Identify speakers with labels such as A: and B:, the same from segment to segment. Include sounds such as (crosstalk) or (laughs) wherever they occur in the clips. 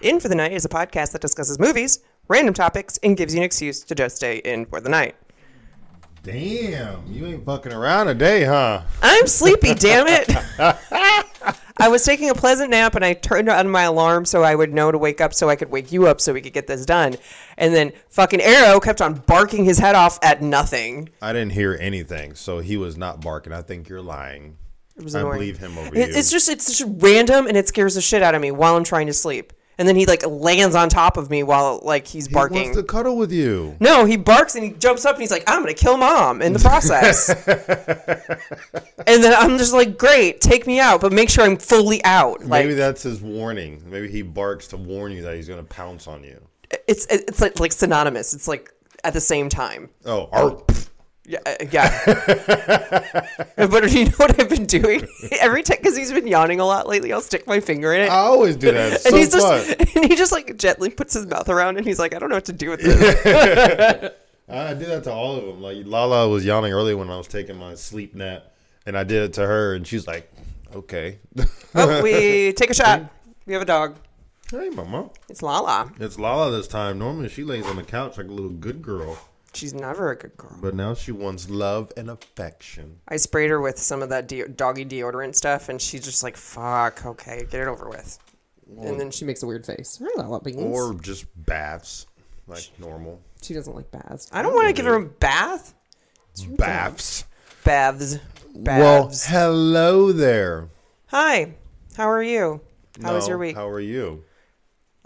A: In for the Night is a podcast that discusses movies, random topics, and gives you an excuse to just stay in for the night.
B: Damn, you ain't fucking around today, huh?
A: I'm sleepy, damn
B: (laughs)
A: it. I was taking a pleasant nap and I turned on my alarm so I would know to wake up so I could wake you up so we could get this done. And then fucking Arrow kept on barking his head off at nothing.
B: I didn't hear anything, so he was not barking. I think you're lying.
A: It was
B: I
A: annoying.
B: believe him over
A: It-
B: you.
A: It's just it's just random and it scares the shit out of me while I'm trying to sleep. And then he like lands on top of me while like he's
B: He
A: barking.
B: wants to cuddle with you.
A: No, he barks and he jumps up and he's like, I'm going to kill mom in the
B: (laughs)
A: process. and then I'm just like, great, take me out, but make sure I'm fully out. Like,
B: Maybe that's his warning. Maybe he barks to warn you that he's gonna pounce on you.
A: it's it's like, like synonymous. It's like at the same time.
B: Oh, arp.
A: Yeah. uh, yeah. (laughs) but you know what I've been doing? (laughs) Every time, because he's been yawning a lot lately, I'll stick my finger in it.
B: I always do that.
A: (laughs)
B: It's
A: and
B: Oh, so
A: he's
B: fun.
A: just, and he just like gently puts his mouth around, and he's like, "I don't know what to do with this."
B: I do that to all of them. Like Lala was yawning earlier when I was taking my sleep nap, and I did it to her, and she's like, "Okay, (laughs)
A: oh, we take a shot. We have a dog.
B: hey, mama,
A: It's Lala.
B: it's Lala this time." Normally she lays on the couch like a little good girl,
A: She's never a good girl.
B: but now she wants love and affection.
A: I sprayed her with some of that de- doggy deodorant stuff, and she's just like, "Fuck, okay, get it over with." and then she makes a weird face. I don't beans.
B: or just baths like normal
A: she doesn't like baths. I don't want to give her a bath.
B: baths.
A: Baths.
B: Well,
A: Baths.
B: hello there.
A: Hi. How are you? How was
B: No,
A: your week?
B: How are you?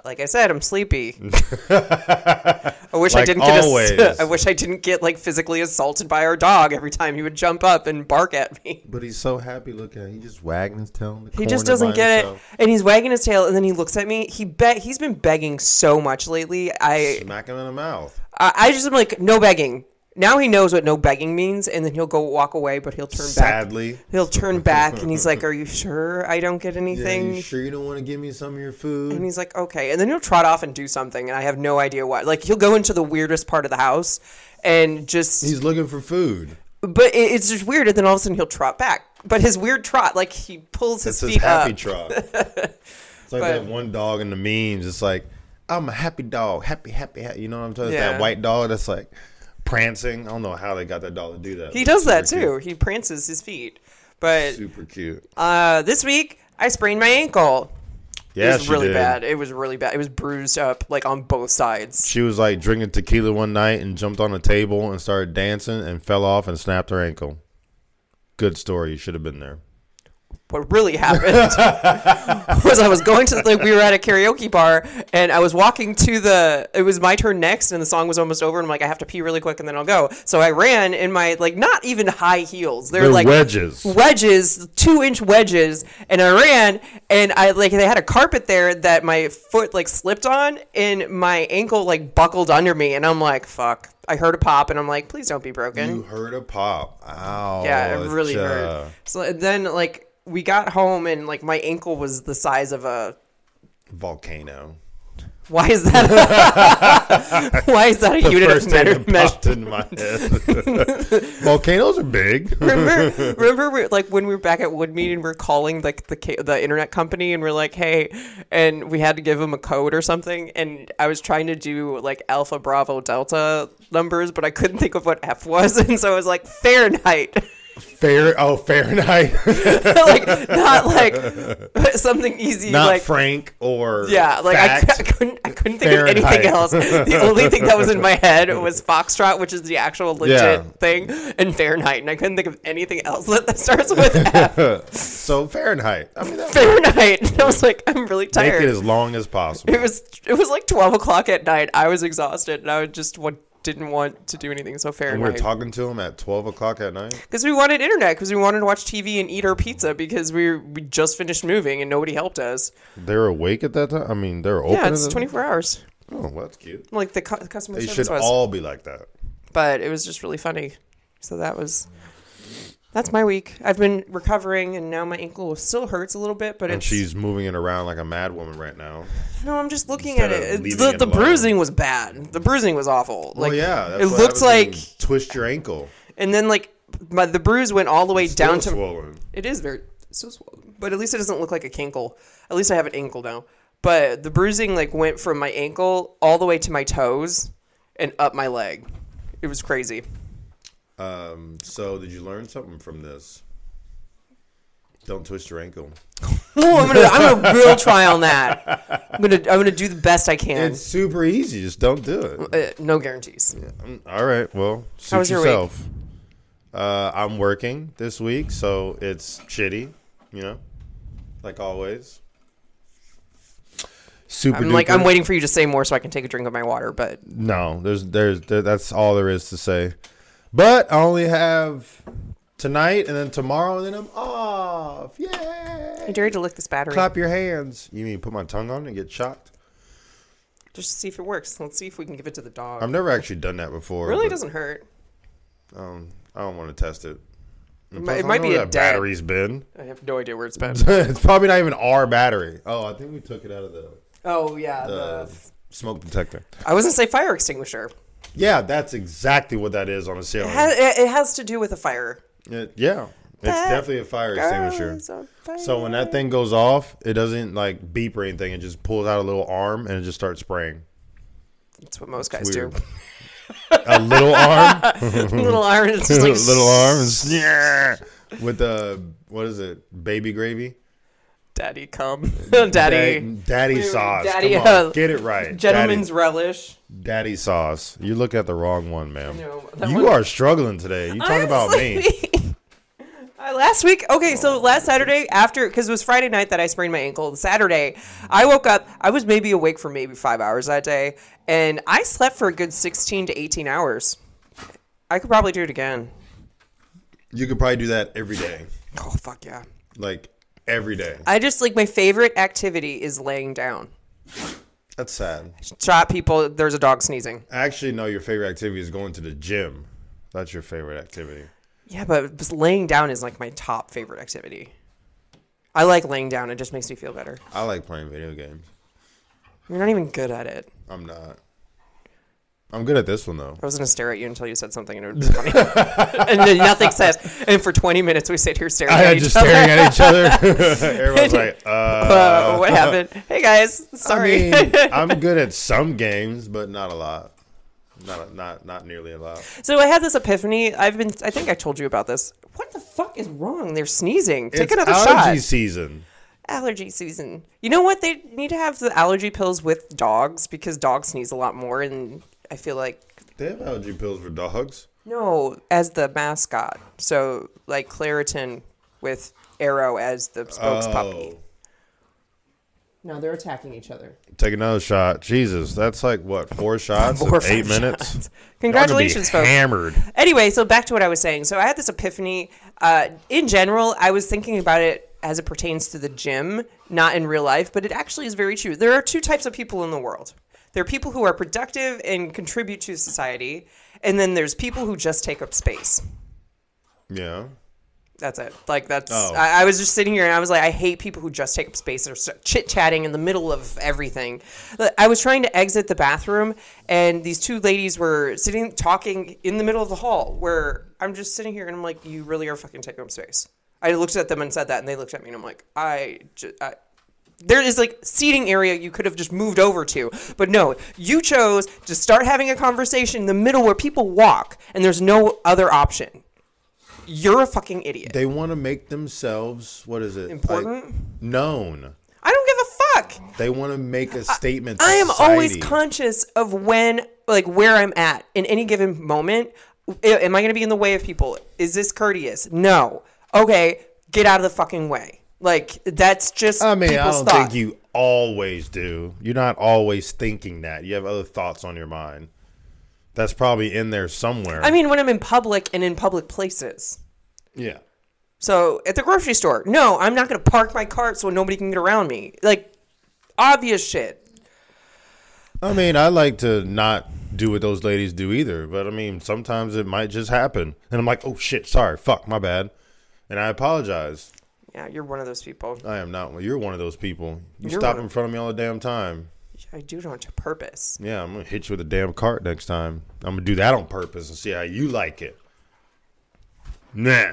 A: like I said, I'm
B: (laughs)
A: sleepy. I wish I
B: Like
A: didn't get.
B: always.
A: Ass- (laughs) I wish I didn't get like physically assaulted by our dog every time he would jump up and bark at me.
B: But he's so happy looking. at it. He just wagging his tail. In the
A: He just doesn't get it, and he's wagging his tail, and then he looks at me. He bet he's been begging so much lately. I
B: Smacking in the mouth.
A: I, I just am like no begging. Now he knows what no begging means, and then he'll go walk away, but he'll turn back.
B: Sadly.
A: He'll turn back, and he's
B: (laughs)
A: like, "Are you sure I don't get
B: Yeah,
A: anything?"
B: you sure you don't want to give me some of your
A: And
B: food?
A: he's like, "Okay," and then he'll trot off and do something, and I have no idea what. Like he'll go into the weirdest part of the house, and just
B: He's looking for food.
A: but it, it's just weird. And then all of a sudden he'll trot back, but his weird trot, like he pulls his
B: It's his
A: feet
B: happy
A: up. (laughs)
B: trot. It's like that one dog in the memes. It's like, I'm a happy dog. Happy, happy, happy. You know what I'm talking about?
A: Yeah.
B: That white dog that's like prancing. I don't know how they got that dog to do that.
A: he
B: but
A: does
B: it's
A: that
B: super cute.
A: too. He prances his feet. But
B: Super cute.
A: uh, this week I sprained my ankle.
B: Yeah,
A: it was
B: she
A: really
B: did.
A: bad. It was really bad. It was bruised up like on both sides.
B: She was like drinking tequila one night and jumped on a table and started dancing and fell off and snapped her ankle. Good story. You should have been there.
A: What really
B: (laughs)
A: happened was I was going to like we were at a karaoke bar and I was walking to the it was my turn next and the song was almost over and I'm like I have to pee really quick and then I'll go. So I ran in my like not even high heels. They're,
B: They're
A: like
B: wedges.
A: wedges, two inch wedges, and I ran and I like they had a carpet there that my foot like slipped on and my ankle like buckled under me and I'm like fuck. I heard a pop and I'm like please don't be broken.
B: You heard a pop. uh, Ow.
A: Yeah, it really
B: cha.
A: hurt. So and then like we got home and like my ankle was the size of a.
B: Volcano.
A: Why is that? why is that a (laughs) unit of
B: First thing
A: measure?
B: that popped in my head.
A: (laughs)
B: Volcanoes are big.
A: remember, remember, we like when we were back at Woodmead and we are calling like the ca- the internet company and we're like, hey, and we had to give them a code or something, and I was trying to do like Alpha Bravo Delta numbers, but I couldn't think of what F was, (laughs) and so I was like Fahrenheit, (laughs)
B: Fair. Oh, Fahrenheit.
A: like not like something easy,
B: Not
A: like
B: Frank or
A: Yeah, like I, cou- I (laughs)
B: fact.
A: couldn't, I couldn't think of
B: Fahrenheit.
A: anything else. The only thing that was in my
B: (laughs)
A: head was Foxtrot, which is the actual legit
B: Yeah.
A: thing, and Fahrenheit, and I couldn't think of anything else that, that starts with
B: (laughs)
A: F.
B: so Fahrenheit. I mean, that
A: Fahrenheit. And (laughs) I was like, I'm really
B: make
A: tired.
B: it
A: It,
B: as long as possible.
A: was, it was like 12 o'clock at night. I was exhausted, and I just wa- didn't want to do anything. So
B: We were
A: Fahrenheit,
B: talking to him at twelve o'clock at night.
A: because we wanted internet, because we wanted to watch TV and eat our pizza, because we we just finished moving and nobody helped us.
B: They're awake at that time. I mean, they're open.
A: Yeah, it's
B: at that-
A: 24 hours.
B: Oh, well, that's cute.
A: Like the, cu- the customer
B: They
A: service
B: should
A: was.
B: all be like that.
A: but it was just really funny. So that was that's my week. I've been recovering, and now my ankle still hurts a little bit, but
B: And
A: it's
B: she's moving it around like a mad woman right now.
A: no. I'm just looking at
B: Instead
A: it.
B: of
A: It's-
B: leaving
A: The,
B: it
A: the
B: alone.
A: bruising was bad. The bruising was awful. Like
B: well, yeah, that's
A: it
B: what
A: looked
B: happens when
A: like,
B: you twist your ankle.
A: and then like my, the bruise went all the way
B: Still
A: down to
B: swollen.
A: it is very so swollen, but at least it doesn't look like a kinkle. At least I have an ankle now. But the bruising like went from my ankle all the way to my toes and up my leg. It was crazy. (laughs)
B: Um, so did you learn something from this? Don't twist your ankle.
A: Oh, I'm gonna I'm gonna real try on that. I'm gonna I'm gonna do the best I can.
B: It's super easy. Just don't do it.
A: Uh, no guarantees.
B: Mm, All right. Well, suit
A: was your week?
B: yourself. Uh, I'm working this week, so it's shitty. You know, like always. Super.
A: I'm like
B: duper.
A: I'm waiting for you to say more so I can take a drink of my water. But
B: No, there's there's there, that's all there is to say. But I only have tonight and then tomorrow and then I'm off.
A: I
B: Yay!
A: dare you to lick this battery
B: Clap your hands. You mean put my tongue on and get shocked?
A: just to see if it works. Let's see if we can give it to the dog.
B: I've never actually done that before.
A: really
B: but,
A: doesn't hurt.
B: Um, I don't want to test it.
A: It,
B: Plus,
A: might-
B: I
A: it
B: don't
A: might
B: know
A: be
B: where
A: a
B: that
A: dead. (laughs)
B: battery's been.
A: I have no idea where it's
B: (laughs)
A: been.
B: it's probably not even our battery. Oh, I think we took it out of the
A: Oh yeah,
B: uh,
A: the
B: smoke detector.
A: I was gonna say fire extinguisher.
B: Yeah, that's exactly what that is on a
A: It
B: ceiling.
A: has, it, it has to do with a fire.
B: It- yeah, it's
A: That
B: definitely a fire extinguisher.
A: Girls on fire.
B: So when that thing goes off, it doesn't like beep or anything. It just pulls out a little arm and it just starts spraying.
A: that's what most guys do.
B: Weird. a little (laughs) arm,
A: (laughs) little iron, it's just
B: (laughs) a
A: like
B: little arm, and snare with the what is it, baby gravy,
A: Daddy come, daddy,
B: Da- daddy
A: Wait, wait,
B: sauce.
A: daddy,
B: Come on,
A: uh,
B: get it right,
A: gentleman's relish.
B: daddy, daddy sauce. You look at the wrong one, ma'am.
A: know, that
B: you
A: one-
B: are struggling today. You talk
A: (laughs)
B: about me.
A: me. Uh, last week, okay, so last Saturday after, because it was Friday night that I sprained my ankle. Saturday, I woke up. I was maybe awake for maybe five hours that day, and I slept for a good sixteen to eighteen hours. I could probably do it again.
B: You could probably do that every day,
A: Oh fuck yeah!
B: like every day.
A: I just like my favorite activity is laying down.
B: That's sad.
A: Shot people. There's a dog sneezing.
B: Actually, no. Your favorite activity is going to the gym. That's your favorite activity.
A: Yeah, but just laying down is like my top favorite activity. I like laying down. It just makes me feel better.
B: I like playing video games.
A: You're not even good at it.
B: I'm not. I'm good at this one though.
A: I was gonna stare at you until you said something, and it
B: (laughs)
A: would be funny. and then nothing says. And for 20 minutes, we sit here staring
B: I
A: at
B: had
A: each
B: just
A: other.
B: staring at each
A: (laughs)
B: other. (laughs) Everyone's like, uh,
A: Uh, what happened?
B: (laughs)
A: Hey guys, sorry.
B: I mean, I'm good at some games, but not a lot. Not not not nearly a lot.
A: (laughs) so I had this epiphany. I've been. I think I told you about this. What the fuck is wrong? They're sneezing. Take
B: it's
A: another
B: allergy
A: shot.
B: season.
A: Allergy season. You know what? They need to have the allergy pills with dogs because dogs sneeze a lot more, and I feel like
B: They have allergy pills for dogs.
A: No, as the mascot. So like Claritin with Arrow as the spokes puppy. No, they're attacking each other.
B: Take another shot. Jesus, that's like what four shots
A: Four or
B: in eight
A: five
B: minutes.
A: shots.
B: (laughs) Y'all gonna be
A: Congratulations, folks.
B: Hammered.
A: Anyway, so back to what I was saying. So I had this epiphany. Uh, in general, I was thinking about it as it pertains to the gym, not in real life, but it actually is very true. There are two types of people in the world there are people who are productive and contribute to society, and then there's people who just take up space.
B: Yeah.
A: That's it. Like that's.
B: Oh.
A: I, I was just sitting here and I was like, I hate people who just take up space or chit chatting in the middle of everything. But I was trying to exit the bathroom, and these two ladies were sitting talking in the middle of the hall. Where I'm just sitting here and I'm like, you really are fucking taking up space. I looked at them and said that, and they looked at me and I'm like, I. ju- I there is like seating area you could have just moved over to. But no, you chose to start having a conversation in the middle where people walk and there's no other option. You're a fucking idiot.
B: They want to make themselves what is it like,
A: Important?
B: known.
A: I don't give a fuck.
B: They want to make a statement. to
A: I am always
B: society.
A: conscious of when, like, where I'm at in any given moment. A- Am I going to be in the way of people? Is this courteous? No. Okay, get out of the fucking way. Like, that's just.
B: I mean, I
A: people's
B: don't
A: thought.
B: think you always do. You're not always thinking that. You have other thoughts on your mind. That's probably in there somewhere.
A: I mean, when I'm in public and in public places.
B: yeah.
A: So at the grocery store, no, I'm not going to park my cart so nobody can get around me. Like, obvious shit.
B: I mean, I like to not do what those ladies do either, but I mean, sometimes it might just happen. And I'm like, oh shit, sorry, fuck, my bad. And I apologize.
A: Yeah, you're one of those people.
B: I am not. You're one of those people. You
A: You're
B: stop
A: one of-
B: in front of me all the damn time.
A: I do it on purpose.
B: Yeah, I'm gonna hit you with a damn cart next time. I'm gonna do that on purpose and see how you like it. Nah.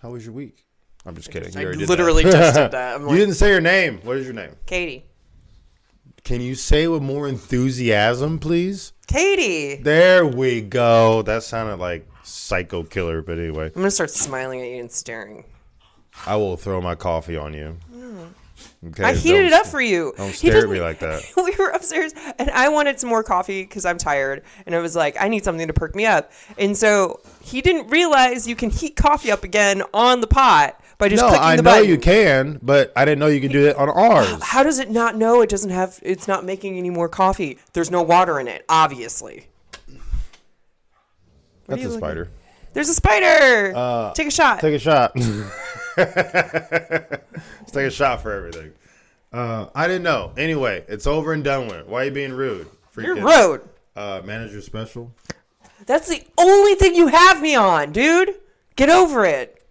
B: How was your week? I'm just kidding. You
A: I
B: already did that. (laughs)
A: literally just did that. I'm
B: you
A: like,
B: didn't say your name. What is your name?
A: Katie.
B: Can you say with more enthusiasm, please?
A: Katie.
B: There we go. That sounded like psycho killer, but anyway,
A: I'm gonna start smiling at you and staring.
B: I will throw my coffee on you. Okay.
A: I heated
B: don't-
A: it up for you.
B: Don't
A: He
B: stare at
A: didn't-
B: me like that.
A: (laughs) we were upstairs and I wanted some more coffee because I'm tired. And I was like, I need something to perk me up. And so he didn't realize you can heat coffee up again on the pot by just
B: No,
A: clicking
B: I
A: the
B: know
A: button.
B: you can, but I didn't know you could do it on ours.
A: How does it not know it doesn't have it's not making any more coffee? There's no water in it, obviously. What are
B: That's
A: you
B: a
A: looking-
B: spider.
A: There's a spider. take a shot.
B: Uh, Take a (laughs) shot. Let's take a shot for everything. Uh, I didn't know. Anyway, it's over and done with. Why are you being rude?
A: You're
B: Freaking-
A: rude.
B: Uh, manager special.
A: That's the only thing you have me on, dude. Get over it.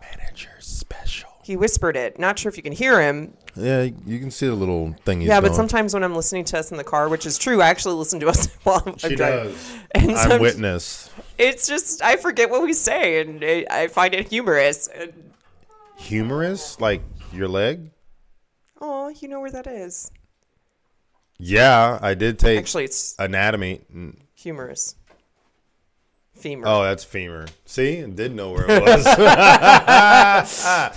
B: Manager special.
A: He whispered it. Not sure if you can hear him.
B: Yeah, you can see the little thing he's
A: Yeah, but
B: doing.
A: sometimes when I'm listening to us in the car, which is true, I actually listen to us (laughs) while I'm
B: she
A: driving.
B: does.
A: And
B: I'm
A: some-
B: witness.
A: It's just I forget what we say, and I I find it humorous. And,
B: Humorous, like your leg.
A: oh, you know where that is?
B: Yeah, I did take
A: Actually, it's
B: anatomy. Mm.
A: humorous. Femur.
B: Oh, that's femur. See, I did know where
A: (laughs)
B: it was. (laughs)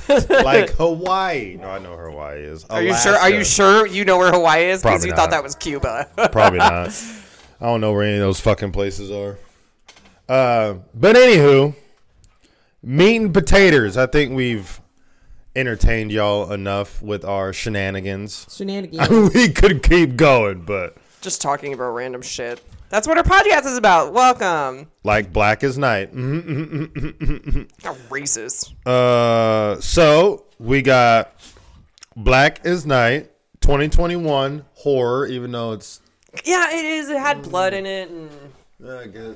B: like Hawaii. No, I know where Hawaii is.
A: Are you sure? Are you sure you know where Hawaii is? Because
B: Probably
A: you thought
B: not.
A: that was Cuba. (laughs)
B: Probably not. I don't know where any of those fucking places are. Uh, but anywho, meat and potatoes. I think we've entertained y'all enough with our shenanigans. (laughs)
A: Shenanigans.
B: we could keep going, but
A: Just talking about random shit. That's what our podcast is about. Welcome.
B: like black as night. Mhm.
A: How racist.
B: Uh, so we got Black as Night 2021 horror, even though it's
A: Yeah, it is. It had blood in it, and
B: uh, I guess,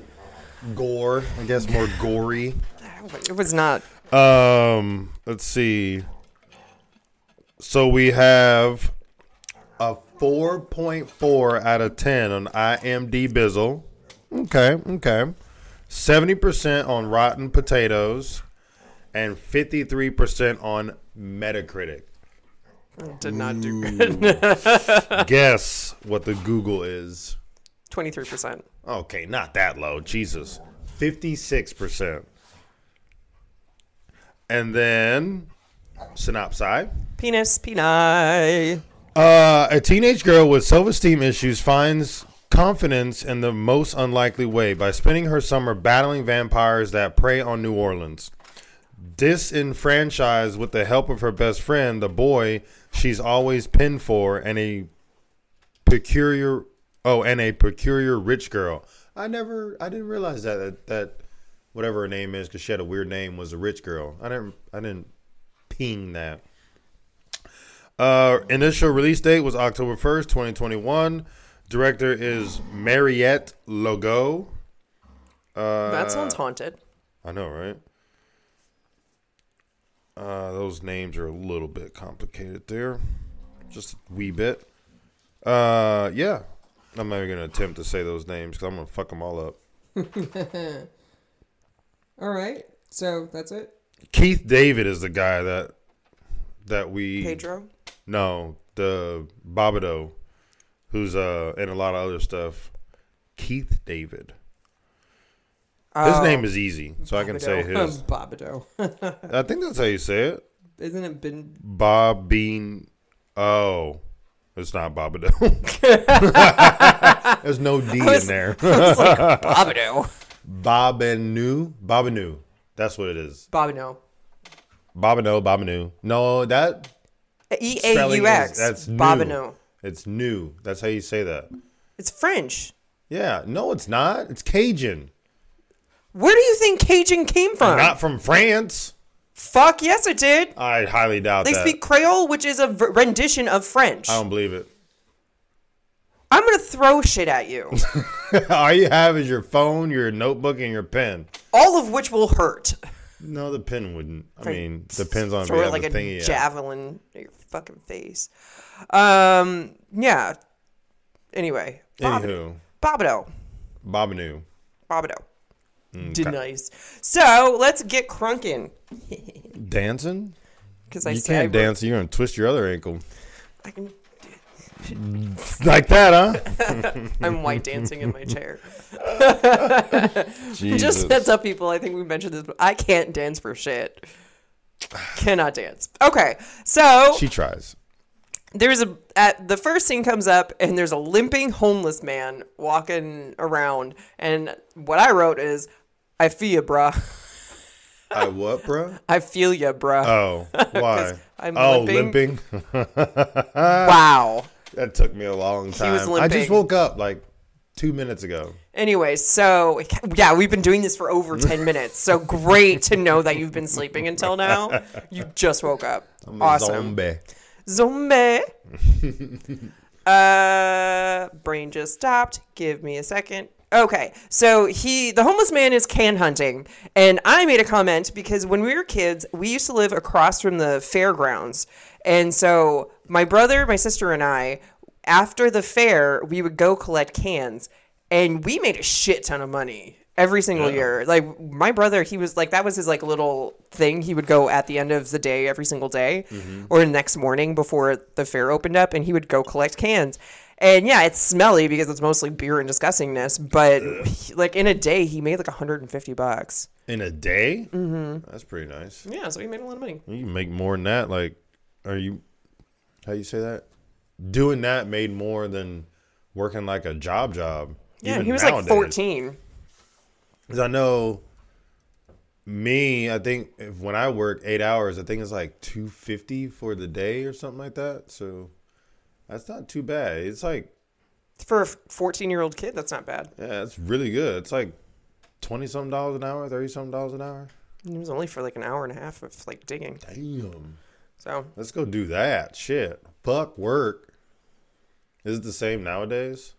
B: gore. I guess more gory.
A: it was not.
B: Um, let's see. So we have a 4.4 out of 10 on IMD Bizzle. Okay, okay. 70% on Rotten Potatoes and 53% on Metacritic.
A: Did not
B: Mm.
A: do good.
B: Guess what the Google is.
A: Twenty three percent.
B: Okay, not that low. Jesus. 56%. And then Synopsi.
A: Penis, peni.
B: Uh, a teenage girl with self esteem issues finds confidence in the most unlikely way by spending her summer battling vampires that prey on New Orleans. Disenfranchised with the help of her best friend, the boy she's always pinned for, and a peculiar oh, and a peculiar rich girl. I never, I didn't realize that that, that whatever her name is, because she had a weird name, was a rich girl. I didn't, I didn't ping that. Uh, initial release date was October 1st, 2021. Director is Mariette Logo. Uh,
A: that sounds haunted.
B: I know, right? Uh, those names are a little bit complicated there. Just a wee bit. Uh, yeah. I'm not even going to attempt to say those names because I'm going to fuck them all up.
C: All right. So that's it.
B: Keith David is the guy that that we
A: Pedro.
B: No, the Bobado, who's uh in a lot of other stuff. Keith David. His
A: Oh.
B: name is easy, so I can
C: (laughs)
A: (laughs)
B: say his.
C: Bobado.
B: I think that's how you say it.
C: Isn't it been?
B: Bob Bean. Oh, it's
A: (laughs)
B: not Bobado. There's no D in there. (laughs)
A: It's like Bobino.
B: Bobinu. Bobinu. That's what it is.
A: Bobino.
B: Bobino. Bobinu. No, that
A: E A
B: spelling
A: U
B: is,
A: X.
B: that's new.
A: Bobino.
B: It's new. That's how you say that.
A: It's French.
B: Yeah. No, it's not. It's Cajun.
A: Where do you think Cajun came from?
B: Not from France.
A: Fuck yes, it did.
B: I highly doubt
A: They
B: that.
A: speak Creole, which is a v- rendition of French.
B: I don't believe it. (laughs)
A: I'm gonna throw shit at
B: (laughs)
A: you,
B: All you have is your phone, your notebook, and your pen.
A: all of which will hurt.
B: No, the pen wouldn't. I mean, depends on if you
A: Throw it
B: have
A: like
B: a
A: a
B: thing. you have.
A: javelin at your fucking face. Um, yeah. Anyway, Bob-
B: Anywho,
A: Bobado,
B: Bobanu.
A: Bobado,
B: Mm,
A: denies. So let's get crunking
B: Dancing?
A: because I
B: you
A: say I
B: can't
A: wrote-
B: dance. You're gonna twist your other ankle.
A: I can.
B: (laughs) like that, huh?
A: I'm white dancing
B: (laughs)
A: in my chair.
D: Jesus.
A: (laughs) Just heads up, people. I think we mentioned this, but I can't dance for shit. Cannot dance. Okay, so
B: She tries.
A: there's a at the first scene comes up and there's a limping homeless man walking around, and what I wrote is, "I feel ya, bruh.
B: I what, bro?
A: I feel ya, bruh. (laughs)
B: Oh, why?
A: I'm
B: oh,
A: limping.
B: limping. Uh.
A: wow."
B: (laughs) That took me a long time.
A: was
B: I just
A: limping.
B: woke up like two minutes ago.
A: Anyway, so yeah, we've been doing this for over
B: (laughs)
A: 10 minutes. So great to know that you've been sleeping until now. You just woke up.
B: I'm a
A: awesome.
B: Zombie.
A: Zombie. uh, brain just stopped. Give me a second. Okay, so he, the homeless man, is can hunting, and I made a comment because when we were kids, we used to live across from the fairgrounds, and so my brother, my sister, and I, after the fair, we would go collect cans, and we made a shit ton of money every single year. Like my brother, he was like that was his like little thing. He would go at the end of the day every single day or the next morning before the fair opened up and he would go collect cans. And yeah, it's smelly because it's mostly beer and disgustingness, but he- like in a day he made like 150 bucks.
B: In a day? Mm-hmm. That's pretty nice.
A: Yeah, so he made a lot of money.
B: You can make more than that. Like, are you? How you say that? Doing that made more than working like a job job.
A: Yeah,
B: even
A: and he was
B: nowadays.
A: like 14.
B: 'Cause I know me. I think if, when I work eight hours, I think it's like two fifty for the day or something like that. So that's not too bad. It's like
A: For a 14-year-old kid, that's not bad.
B: yeah, it's really good. It's like twenty something dollars an hour, thirty something dollars an hour.
A: And It was only for like an hour and a half of like digging.
B: Damn.
A: So,
B: Let's go do that. Shit. Fuck work. Is it the same
A: (laughs)
B: nowadays?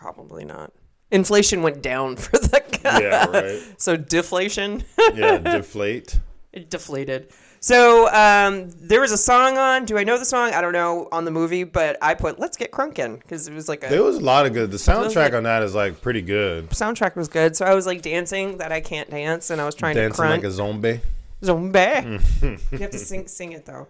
A: probably not. Inflation went down (laughs) for the guy.
B: Yeah, right.
A: (laughs) So deflation. (laughs)
B: Yeah, deflate.
A: It deflated. So um, there was a song on. Do I know the song? I don't know on the movie, but I put "Let's Get Crunkin" because it was like a
B: There was a lot of good. The soundtrack
A: like-
B: on that is like pretty good.
A: soundtrack was good. So I was like dancing that I can't dance, and I was trying to
B: Dancing
A: crunk.
B: like a zombie.
A: Zombie. you have to sing sing it though.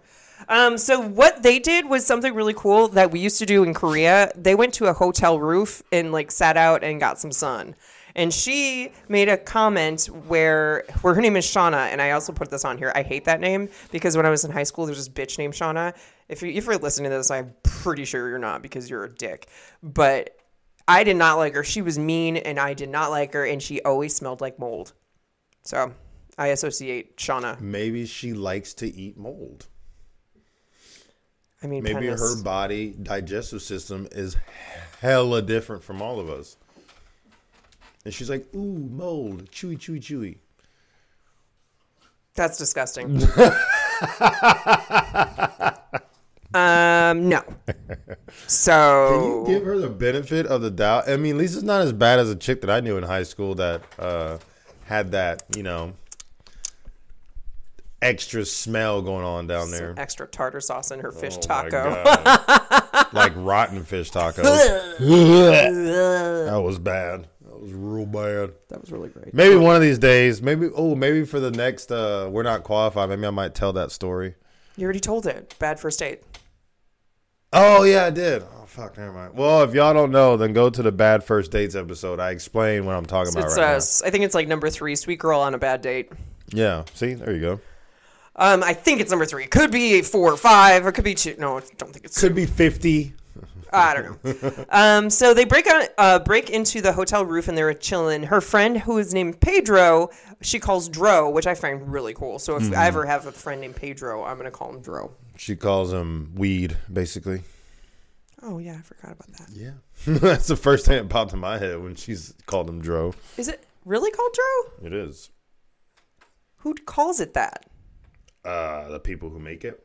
A: Um, so what they did was something really cool that we used to do in Korea. They went to a hotel roof and like sat out and got some sun. And she made a comment where where her name is Shauna, and I also put this on here. I hate that name because when I was in high school, there's this bitch named Shauna. If you if you're listening to this, I'm pretty sure you're not because you're a dick. But I did not like her. She was mean, and I did not like her, and she always smelled like mold. So I associate Shauna
B: Maybe she likes to eat mold.
A: I mean,
B: Maybe
A: penis.
B: her body digestive system is hella different from all of us. And she's like, ooh, mold, chewy, chewy, chewy.
C: (laughs)
A: That's disgusting. um, no.
B: Can you
A: So
B: give her the benefit of the doubt? I mean, Lisa's not as bad as a chick that I knew in high school that uh, had that, you know, extra smell going on down there.
A: extra tartar sauce in her fish
B: Oh my
A: taco.
B: God. like rotten fish tacos. that was bad. That was real bad.
C: That was really great.
B: Maybe one of these days, maybe oh, maybe for the next uh we're not qualified, maybe I might tell that story.
A: You already told it. Bad first date.
B: Oh yeah, I did. Oh fuck, never mind. Well, if y'all don't know, then go to the bad first dates episode. I explain what I'm talking about
A: It's
B: right
A: uh,
B: now.
A: s- I think it's like number three. Sweet girl on a bad date.
B: Yeah. See, there you go.
A: Um, I think it's number three. It could be four or five. It could be two. No, I don't think it's. Two.
B: Could be fifty.
A: I don't know. Um, so they break out, uh, break into the hotel roof, and they're chilling. Her friend, who is named Pedro, she calls Dro, which I find really cool. So if I ever have a friend named Pedro, I'm gonna call him Dro.
B: She calls him weed, basically.
A: Oh yeah, I forgot about that.
B: Yeah. (laughs) That's the first thing that popped in my head when she's called him Dro.
A: Is it really called Dro?
B: It is.
A: Who calls it that?
B: Uh the people who make it.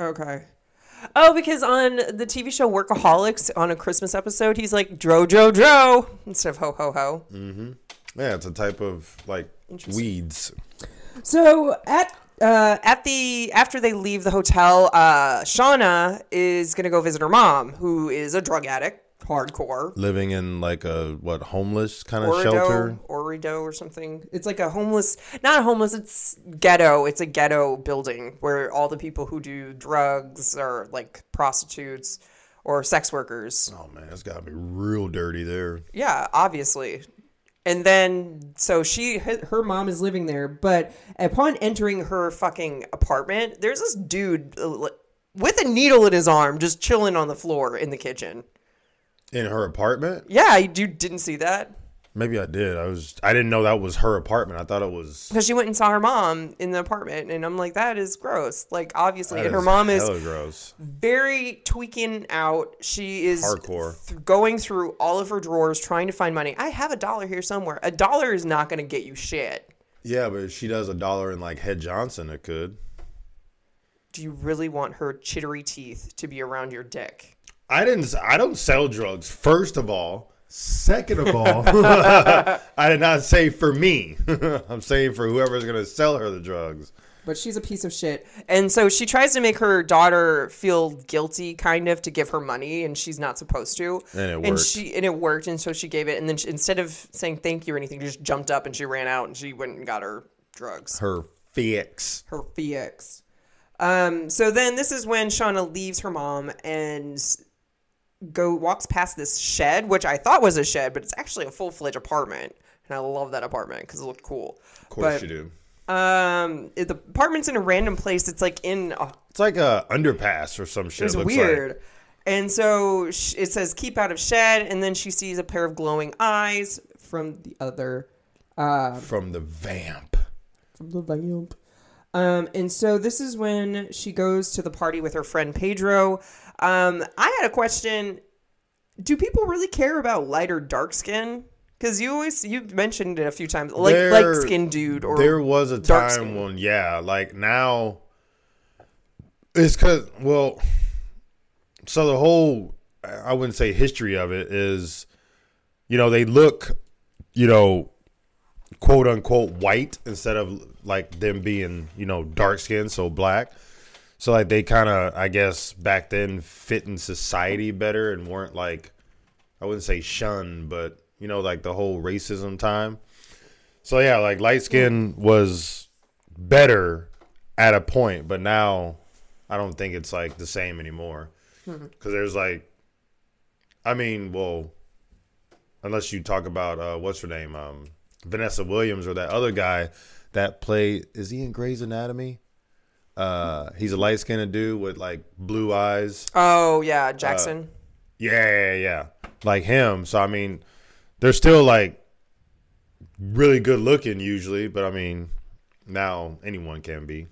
A: Okay. Oh, because on the TV show Workaholics, on a Christmas episode, he's like Dro Dro Dro instead of Ho Ho Ho.
B: Yeah, it's a type of like weeds.
C: So at
A: uh, at the after they leave the hotel, uh, Shauna is gonna go visit her mom, who is a drug addict. hardcore.
B: living in like a what homeless kind of shelter.
A: Orido, Orido or something. It's like a homeless, not homeless. It's ghetto. It's a ghetto building where all the people who do drugs or like prostitutes or sex workers.
B: Oh man, it's gotta be real dirty there.
A: Yeah, obviously. And then so she her her mom is living there, but upon entering her fucking apartment, there's this dude uh, li- with a needle in his arm just chilling on the floor in the kitchen.
B: In her apartment?
A: Yeah, you didn't see that?
B: Maybe I did. I was I didn't know that was her apartment. I thought it was
A: because she went and saw her mom in the apartment, and I'm like, that is gross. Like, obviously,
B: that
A: and her mom is
B: hella gross.
A: very tweaking out. She is
B: Hardcore.
A: th- going through all of her drawers trying to find money. I have a dollar here somewhere. A dollar is not going to get you shit.
B: Yeah, but if she does a dollar in like Head Johnson, it could.
A: Do you really want her chittery teeth to be around your dick?
B: I didn't. I don't sell drugs. First of all, second of all, (laughs) I did not say for me. (laughs) I'm saying for whoever's gonna sell her the drugs.
C: But she's a piece of shit.
A: And so she tries to make her daughter feel guilty, kind of, to give her money, and she's not supposed to.
B: And it
A: And
B: worked.
A: she and it worked, and so she gave it. And then she, instead of saying thank you or anything, she just jumped up and she ran out and she went and got her drugs,
B: Her fix.
A: her fix. Um, so then this is when Shauna leaves her mom and go walks past this shed, which I thought was a shed, but it's actually a full fledged apartment. And I love that apartment because it looked cool.
B: Of course you do.
A: Um, it- the apartment's in a random place. It's like in a
B: It's like a underpass or some shit.
A: it was
B: looks
A: weird. And so sh- it says keep out of shed, and then she sees a pair of glowing eyes from the other
B: like, from the vamp.
C: From the vamp.
A: Um, and so this is when she goes to the party with her friend Pedro. Um, I had a question: Do people really care about light or dark skin? Because you always you mentioned it a few times, like
B: There-
A: light skin dude or
B: there was a
A: dark
B: time
A: skin.
B: when yeah like now it's because well so the whole i wouldn't say history of it is you know they look you know quote unquote white instead of like them being you know dark skinned so black so like they kind of i guess back then fit in society better and weren't like i wouldn't say shunned but you know like the whole racism time so yeah, like light skin was better at a point, but now I don't think it's like the same anymore. Because there's like, I mean, well, unless you talk about uh, what's her name, um, Vanessa Williams or that other guy that played, is he in Grey's Anatomy? Uh, he's a light skinned dude with like blue eyes.
A: oh yeah, Jackson.
B: Yeah, yeah, yeah. Like him. So I mean, they're still like really good looking usually, but I mean, now anyone can be.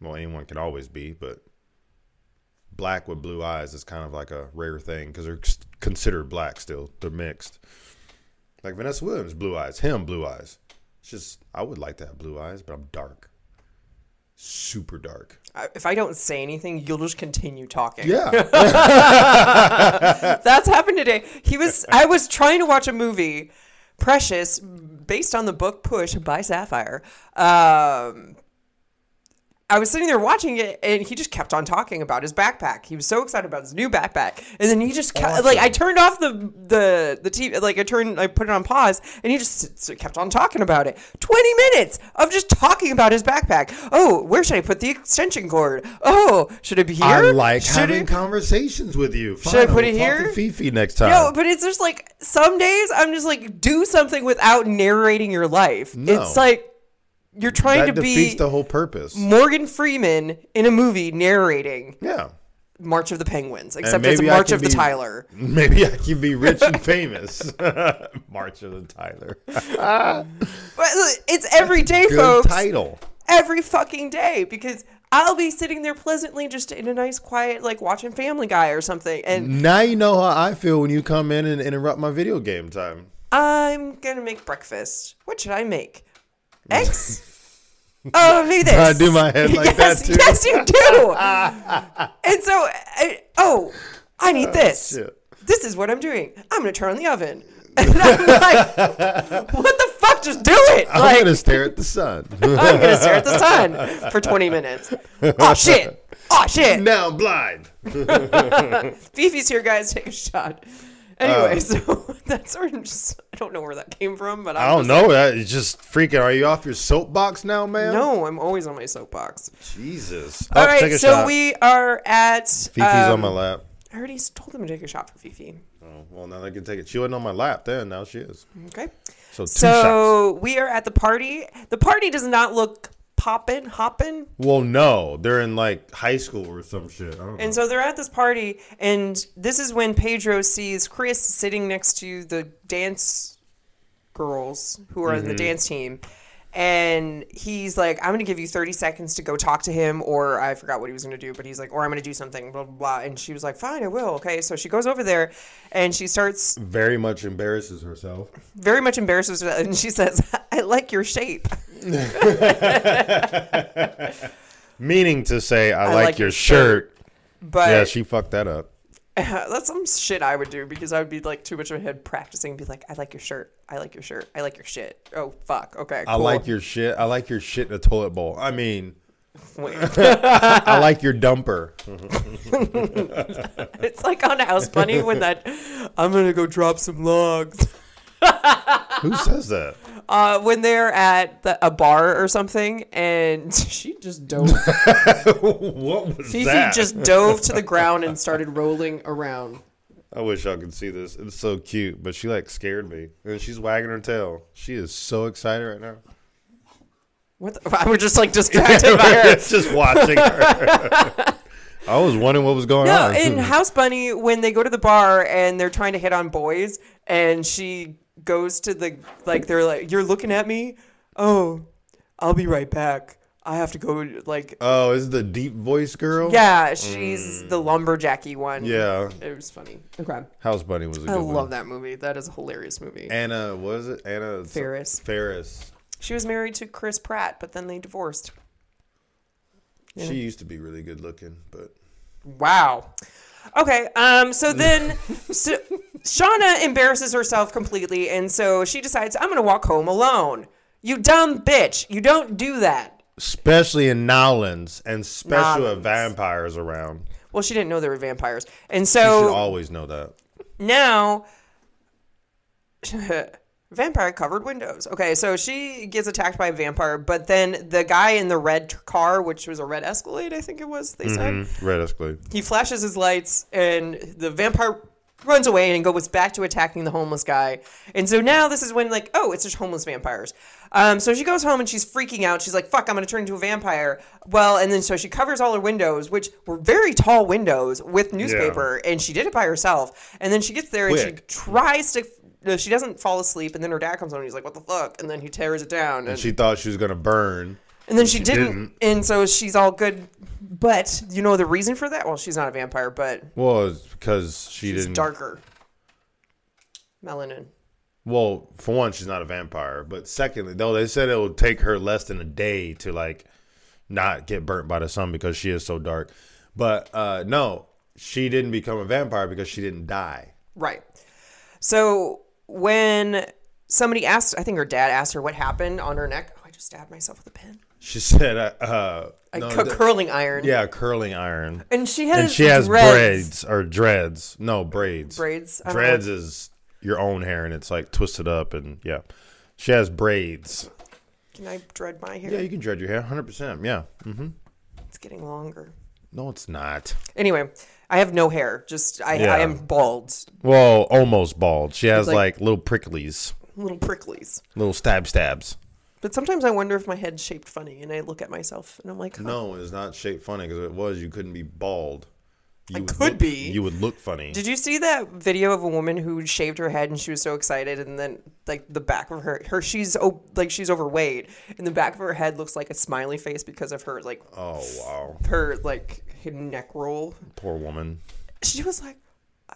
B: Well, anyone can always be, but black with blue eyes is kind of like a rare thing because they're s- considered black still. They're mixed. Like Vanessa Williams, blue eyes. Him, blue eyes. It's just I would like to have blue eyes, but I'm dark, super dark.
A: I- If I don't say anything, you'll just continue talking.
B: Yeah.
A: (laughs) That's happened today. He was I was trying to watch a movie, Precious, based on the book Push by Sapphire. Um I was sitting there watching it, and he just kept on talking about his backpack. He was so excited about his new backpack, and then he just kept, like I turned off the the the TV, like I turned, I put it on pause, and he just s- s- kept on talking about it. Twenty minutes of just talking about his backpack. Oh, where should I put the extension cord? Oh, should it be here?
B: I like
A: Should
B: having
A: it-
B: conversations with you.
A: Should I
B: Fine,
A: put
B: I'll
A: it
B: talk to
A: here?
B: Fifi next time.
A: No, but it's just like some days I'm just like do something without narrating your life.
B: No.
A: It's like you're trying
B: that
A: to
B: defeats
A: be
B: the whole purpose.
A: Morgan Freeman in a movie narrating
B: Yeah. (laughs)
A: March of the Penguins, except
B: maybe
A: it's a
B: I
A: March
B: can
A: of the
B: be-
A: Tyler.
B: Maybe I can be rich and famous. (laughs) March of the Tyler.
A: But uh, It's every day,
B: Good
A: folks.
B: title.
A: Every fucking day because I'll be sitting there pleasantly just in a nice quiet like watching Family Guy or something and
B: Now you know how I feel when you come in and interrupt my video game time.
A: I'm going to make breakfast. What should I
B: (laughs)
A: make? Eggs? oh, maybe this.
B: I do my head like
A: (laughs) yes,
B: that, too.
A: Yes, you
B: (laughs)
A: do. and so, I, oh, I need this.
B: shit.
A: This is what I'm doing. I'm going to turn on the oven. (laughs) And I'm like, what the fuck? Just do
B: (laughs)
A: it.
B: I'm
A: like, (laughs)
B: gonna stare at the sun. (laughs)
A: I'm going to stare at the sun for 20 minutes. Oh, shit. Oh shit!
B: Now I'm blind.
A: Fifi's here, guys. Take a shot.
B: Uh,
A: Anyway, (laughs) so that's sort of just I don't know where that came from, but
B: I
A: I'm
B: don't know. That is just freaking. Are you off your soapbox now, man?
A: No, I'm always on my soapbox.
B: Jesus. Oh,
A: All right, so we are at.
B: Fifi's on
A: um,
B: my lap.
A: I already s- told them to take a shot for Fifi.
B: Oh, well, now they can take it. She wasn't on my lap then. Now she is.
A: Okay.
B: So two shots.
A: So we are at the party. The party does not look poppin', hoppin'.
B: Well, no, they're in like high school or some shit. I don't know.
A: And so they're at this party, and this is when Pedro sees Chris sitting next to the dance girls who are in the dance team. And he's like, I'm going to give you 30 seconds to go talk to him, or I forgot what he was going to do, but he's like, or I'm going to do something, blah, blah, blah. And she was like, fine, I will. Okay. So she goes over there and she starts
B: Very much embarrasses herself.
A: very much embarrasses herself, and she says, (laughs) I like your shape.
B: Meaning to say, I, like, your shirt.
A: But
B: Yeah, she fucked that up.
A: (laughs) that's some shit I would do because I would be like too much of a head practicing, be like, I like your shirt. I like your shirt. I like your shit. Oh, fuck. Okay.
B: I like your shit. I like your shit in a toilet bowl. I mean, I like your dumper.
A: (laughs) it's like on
B: (laughs)
A: House Bunny when that, I'm going to go drop some logs.
B: Who says that?
A: (laughs)
B: (laughs)
A: Uh, when they're at the, a bar or something and (laughs) she
C: She just dove.
B: what was
A: Fifi
B: that?
A: just dove to the ground and started rolling around.
B: I wish y'all could see this. It's so cute, but she like scared me, and she's wagging her tail. She is so excited right now.
A: What the, I was just
B: (laughs)
A: like distracted by her.
B: It's just watching her.
A: (laughs)
B: I was wondering what was going
A: No,
B: on.
A: in House Bunny, when they go to the bar and they're trying to hit on boys, and she goes to the like, they're like, "You're looking at me? Oh, I'll be right back. I have to go." Like,
B: oh, is it the deep voice girl?
A: yeah, she's the lumberjacky one.
B: Oh. Mm. Yeah.
A: it was funny.
C: okay.
B: House Bunny was a good
A: I
B: one.
A: love that movie. That is a hilarious movie.
B: Anna, what is it? Anna
A: Ferris.
B: Ferris.
A: She was married to Chris Pratt, but then they divorced.
B: She used to be really good looking, but
A: Wow. Okay. Um. So then, so Shauna embarrasses herself completely, and so she decides, "I'm gonna walk home alone." You dumb bitch! You don't do that.
B: especially in Nowlands, and especially
A: Nolans.
B: with vampires around, you
A: Well, she didn't know there were vampires, and
B: should
A: so
B: always know that.
A: now. (laughs) Vampire covered windows. Okay, so she gets attacked by a vampire, but then the guy in the red car, which was a red Escalade, I think it was, they said,
B: Mm-hmm. Red Escalade.
A: he flashes his lights and the vampire runs away and goes back to attacking the homeless guy and so now this is when like oh it's just homeless vampires um, so she goes home and she's freaking out she's like fuck i'm gonna turn into a vampire well and then so she covers all her windows which were very tall windows with newspaper and she did it by herself and then she gets there and she
B: Quick.
A: tries to no, she doesn't fall asleep and then her dad comes home and he's like what the fuck and then he tears it down and,
B: She thought she was gonna burn.
A: and then she, didn't and so she's all good but you know the reason for that well she's not a vampire but
B: Well, it's because she
A: She's
B: didn't.
A: darker. Melanin.
B: Well, for one, she's not a vampire. But secondly, though, they said it would take her less than a day to like not get burnt by the sun because she is so dark. But uh no, she didn't become a vampire because she didn't die.
A: Right. So when somebody asked, I think her dad asked her what happened on her neck. Oh, I just stabbed myself with a pen.
B: She (laughs) said, uh, uh
A: A
B: no,
A: cu-
B: th-
A: curling iron.
B: yeah, a curling iron.
A: And she has,
B: And she has
A: dreads.
B: braids or dreads. No, braids.
A: Braids? uh-huh. I don't know
B: Dreads is your own hair and it's like twisted up and yeah. She has braids.
A: Can I dread my hair?
B: Yeah, you can dread your hair 100%. Yeah. Mm,
A: It's getting longer.
B: No, it's not.
A: Anyway, I have no hair. Just, I,
B: Yeah.
A: I am bald.
B: Well, almost bald. She has
A: like-
B: like, little pricklies,
A: Little pricklies.
B: little stab stabs.
A: But sometimes I wonder if my head's shaped funny and I look at myself and I'm like, huh.
B: No, it's not shaped funny because it was you couldn't be bald. You would
A: could
B: look-
A: be.
B: You would look funny.
A: Did you see that video of a woman who shaved her head and she was so excited and then like the back of her her she's o- like she's overweight and the back of her head looks like a smiley face because of her like
B: oh wow,
A: her like hidden neck roll.
B: poor woman.
A: She was like I,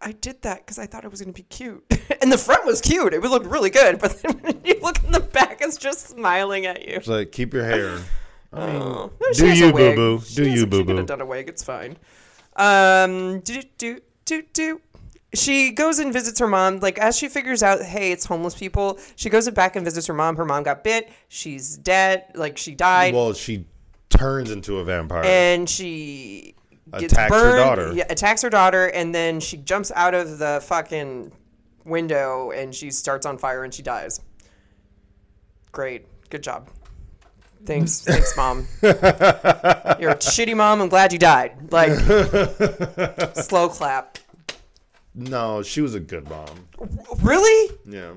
A: I did that cuz I thought it was going to be cute. (laughs) and the front was cute. It would look really good, but (laughs) then when you look in the back it's just smiling at you.
B: It's like keep your hair. I mean,
A: Oh. No, she
B: do
A: has a
B: you boo
A: wig.
B: boo?
A: She
B: Do
A: has-
B: you boo
A: She could
B: boo?
A: have done a wig. It's fine. Um, do do do do. She goes and visits her mom. Like as she figures out, hey, it's homeless people. She goes back and visits her mom. Her mom got bit. She's dead. Like she died.
B: Well, she turns into a vampire.
A: and she gets
B: Attacks her
A: burned,
B: daughter.
A: Yeah, attacks her daughter, and then she jumps out of the fucking window and she starts on fire and she dies. Great, good job.
B: (laughs)
A: Thanks, thanks, mom. You're a shitty mom. I'm glad you died.
B: (laughs)
A: Like, slow clap.
B: no, she was a good mom.
A: Really?
B: Yeah.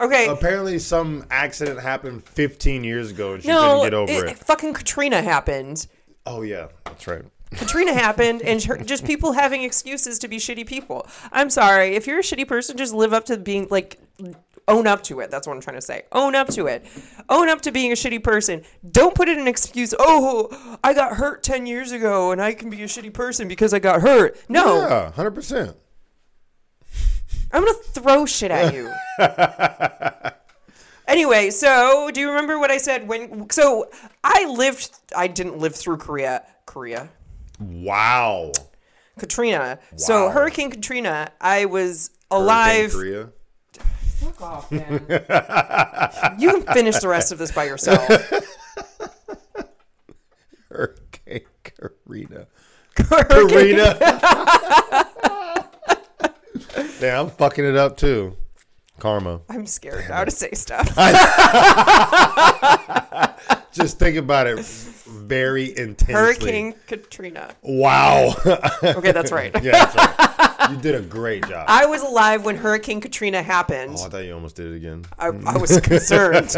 A: Okay.
B: Apparently, some accident happened 15 years ago, and she
A: no,
B: couldn't get over it.
A: fucking Katrina happened.
B: Oh yeah, that's right.
A: Katrina happened, and her, just people having excuses to be shitty people. I'm sorry. If you're a shitty person, just live up to being like, own up to it. That's what I'm trying to say. Own up to it. Own up to being a shitty person. Don't put in an excuse. Oh, I got hurt 10 years ago, and I can be a shitty person because I got hurt. No,
B: Yeah, hundred percent.
A: I'm going to throw shit at you. Anyway, so do you remember what I said when? So I lived, I didn't live through Korea. Korea.
B: Wow.
A: Katrina. So
B: Wow.
A: Hurricane Katrina, I was alive.
B: Hurricane Korea.
C: Fuck off, man.
B: (laughs)
A: You can finish the rest of this by yourself.
B: Hurricane Karina.
A: Hurricane-
B: (laughs) Karina. Damn, I'm fucking it up too. Karma.
A: I'm scared now to say stuff.
B: Just think about it very intensely.
A: Hurricane Katrina.
B: Wow. (laughs)
A: Okay, that's right.
B: yeah, that's right. (laughs) You did a great job.
A: I was alive when Hurricane Katrina happened.
B: oh, mm. I thought you almost did it again.
A: I, I was
B: (laughs)
A: concerned.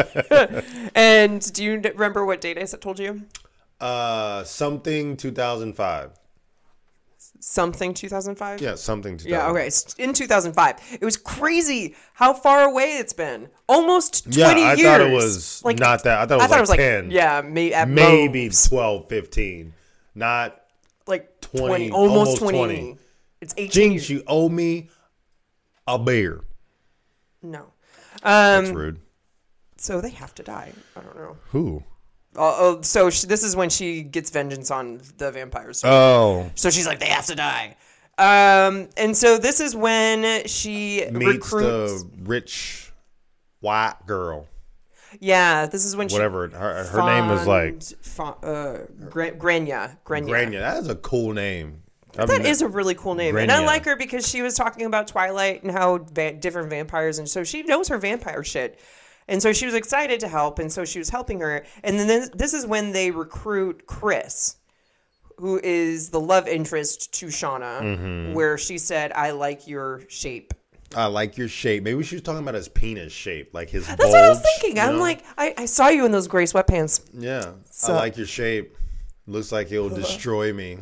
A: and do you remember what date I s- told you?
B: Uh, something 2005.
A: Something 2005?
B: Yeah, something 2005.
A: Yeah, okay. s- In 2005. It was crazy how far away it's been. Almost 20
B: Yeah, I
A: years.
B: thought it was not that. I thought it was like 10.
A: yeah, may, at
B: Maybe
A: most.
B: 12, 15. Not
A: like 20,
B: 20,
A: almost,
B: almost
A: 20.
B: 20.
A: It's 18.
B: Jinx, you owe me a beer.
A: No.
B: That's rude.
A: So they have to die. I don't know.
B: Who?
A: Oh, oh, so she, this is when she gets vengeance on the vampires.
B: Oh,
A: so she's like, they have to die. Um, and so this is when she
B: meets
A: recruits.
B: the rich white girl.
A: yeah, this is when
B: Whatever her,
A: she.
B: her name is like
A: Fond, fa- uh, Gra- Grania. Grania.
B: Grania. That is a cool name.
A: That is a really cool name, and I
B: Grania.
A: like her because she was talking about Twilight and how va- different vampires, and so she knows her vampire shit, and so she was excited to help, and so she was helping her, and then this, this is when they recruit Chris, who is the love interest to Shauna,
B: Mm-hmm.
A: where she said, "I like your shape."
B: I like your shape. Maybe she was talking about his penis shape, like his.
A: That's what I was
B: bulge,
A: thinking.
B: you
A: I'm
B: know?
A: like, I, I saw you in those gray
B: (laughs)
A: sweatpants.
B: yeah, I like your shape. Looks like it will
A: (laughs)
B: destroy me.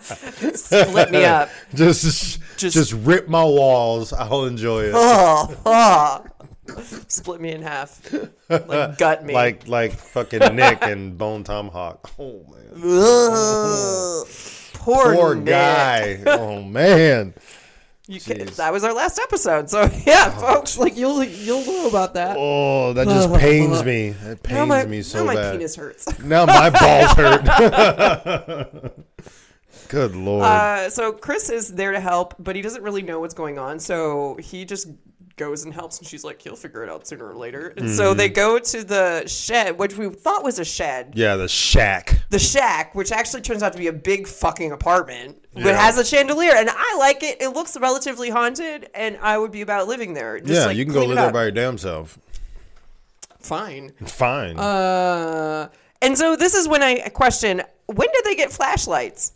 A: Split me up.
B: Just,
A: Just-
B: just, rip my walls. I'll enjoy it.
A: Oh, oh. Split me in half. Like gut me.
B: like, like fucking Nick and Bone Tomahawk. Oh man,
A: Ugh. Poor,
B: poor
A: Nick.
B: guy. Oh man.
A: You ca- that was our last episode. So (laughs) yeah, folks, like you
C: You'll you'll know about that.
A: (laughs)
B: Oh, that just pains me. It pains
A: now my,
B: me so
A: now my
B: bad.
A: penis hurts.
B: Now my balls hurt. (laughs) Good lord.
A: Uh, so Chris is there to help, but he doesn't really know what's going on. So he just goes and helps, and she's like, "He'll figure it out sooner or later." And so they go to the shed, which we thought was a shed,
B: Mm-hmm. yeah, the shack.
A: the shack, which actually turns out to be a big fucking apartment, but
B: Yeah.
A: has a chandelier, and I like it. It looks relatively haunted, and I would be about living there. Just,
B: yeah,
A: like,
B: you can go
A: clean it
B: live there
A: up.
B: by your damn self.
A: Fine.
B: Fine.
A: Uh, and so this is when I question: When did they get flashlights?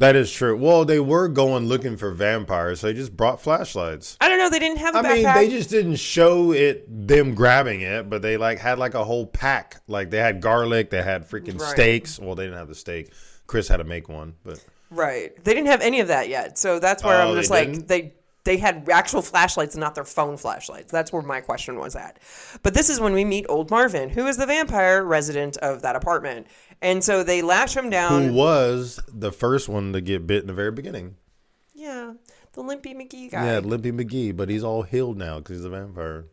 B: that is true. Well, they were going looking for vampires, so they just brought flashlights.
A: I don't know. They didn't have a
B: I mean,
A: backpack.
B: they just didn't show it them grabbing it, but they like had like a whole pack. Like they had garlic, they had freaking
A: Right.
B: steaks. Well, they didn't have the steak. Chris had to make one, but
A: right. They didn't have any of that yet. So that's where
B: Oh,
A: I'm
B: they
A: just like
B: didn't?
A: they they had actual flashlights and not their phone flashlights. That's where my question was at. But this is when we meet old Marvin, who is the vampire resident of that apartment. And so they lash him
B: who
A: down.
B: was the first one to get bit in the very beginning?
A: yeah. The limpy McGee guy.
B: Yeah, Limpy McGee, but he's all healed now because he's a vampire.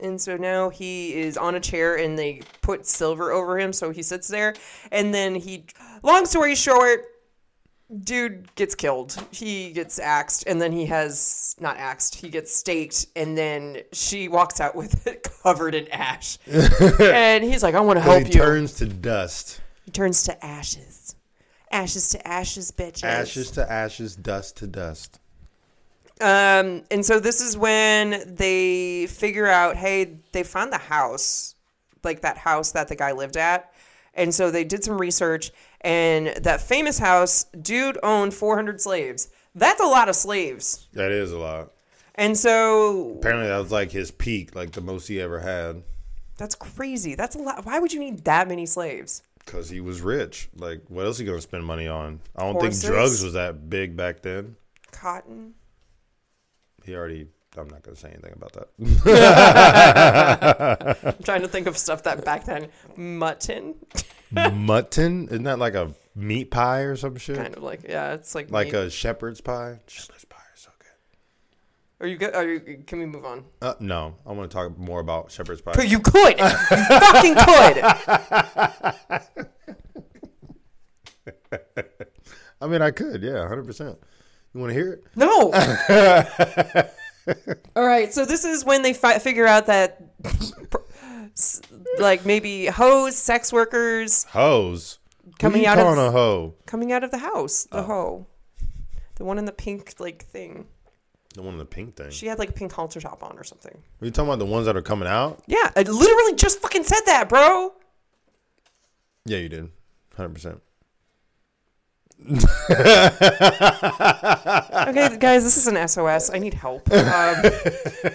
A: And so now he is on a chair and they put silver over him. So he sits there. And then he, long story short, dude gets killed. He gets axed, and then he has not axed. He gets staked, and then she walks out with it (laughs) covered in
B: (laughs)
A: ash. and he's like, "I want to help
B: he
A: you."
B: turns to dust.
A: he turns to ashes, ashes to ashes, bitches.
B: Ashes to ashes, dust to dust.
A: Um, and so this is when they figure out, hey, they found the house, like that house that the guy lived at. And so they did some research, and that famous house, dude owned 400 slaves. That's a lot of slaves.
B: That is a lot.
A: And so
B: Apparently, that was like his peak, like the most he ever had,
A: that's crazy. That's a lot. Why would you need that many slaves?
B: because he was rich. Like, what else he gonna spend money on? I don't
A: Horses?
B: think drugs was that big back then.
A: Cotton.
B: He already. I'm not gonna say anything about that.
A: I'm trying to think of stuff that back then. Mutton.
B: (laughs) mutton? Isn't that like a meat pie or some shit?
A: Kind of like, yeah, it's like.
B: Like
A: meat.
B: a shepherd's pie? Shepherd's pie is so good.
A: Are you good? Are you, can we move on?
B: Uh, no, I want to talk more about shepherd's pie.
A: But you could. You fucking could.
B: I mean, I could, yeah, 100%. You want to hear it?
A: (laughs) No. All right. So this is when they fi- figure out that, (laughs) s- like, maybe hoes, sex workers
B: Hoes.
A: Coming
B: Who you
A: out of-
B: calling a hoe?
A: coming out of the house, the hoe, the one in the pink like thing.
B: The one in the pink thing.
A: She had like a pink halter top on or something.
B: Are you talking about the ones that are coming out?
A: Yeah, I literally just fucking said that, bro.
B: Yeah, you did. 100%.
A: Okay, (laughs) guys, this is an SOS. I need help. Um,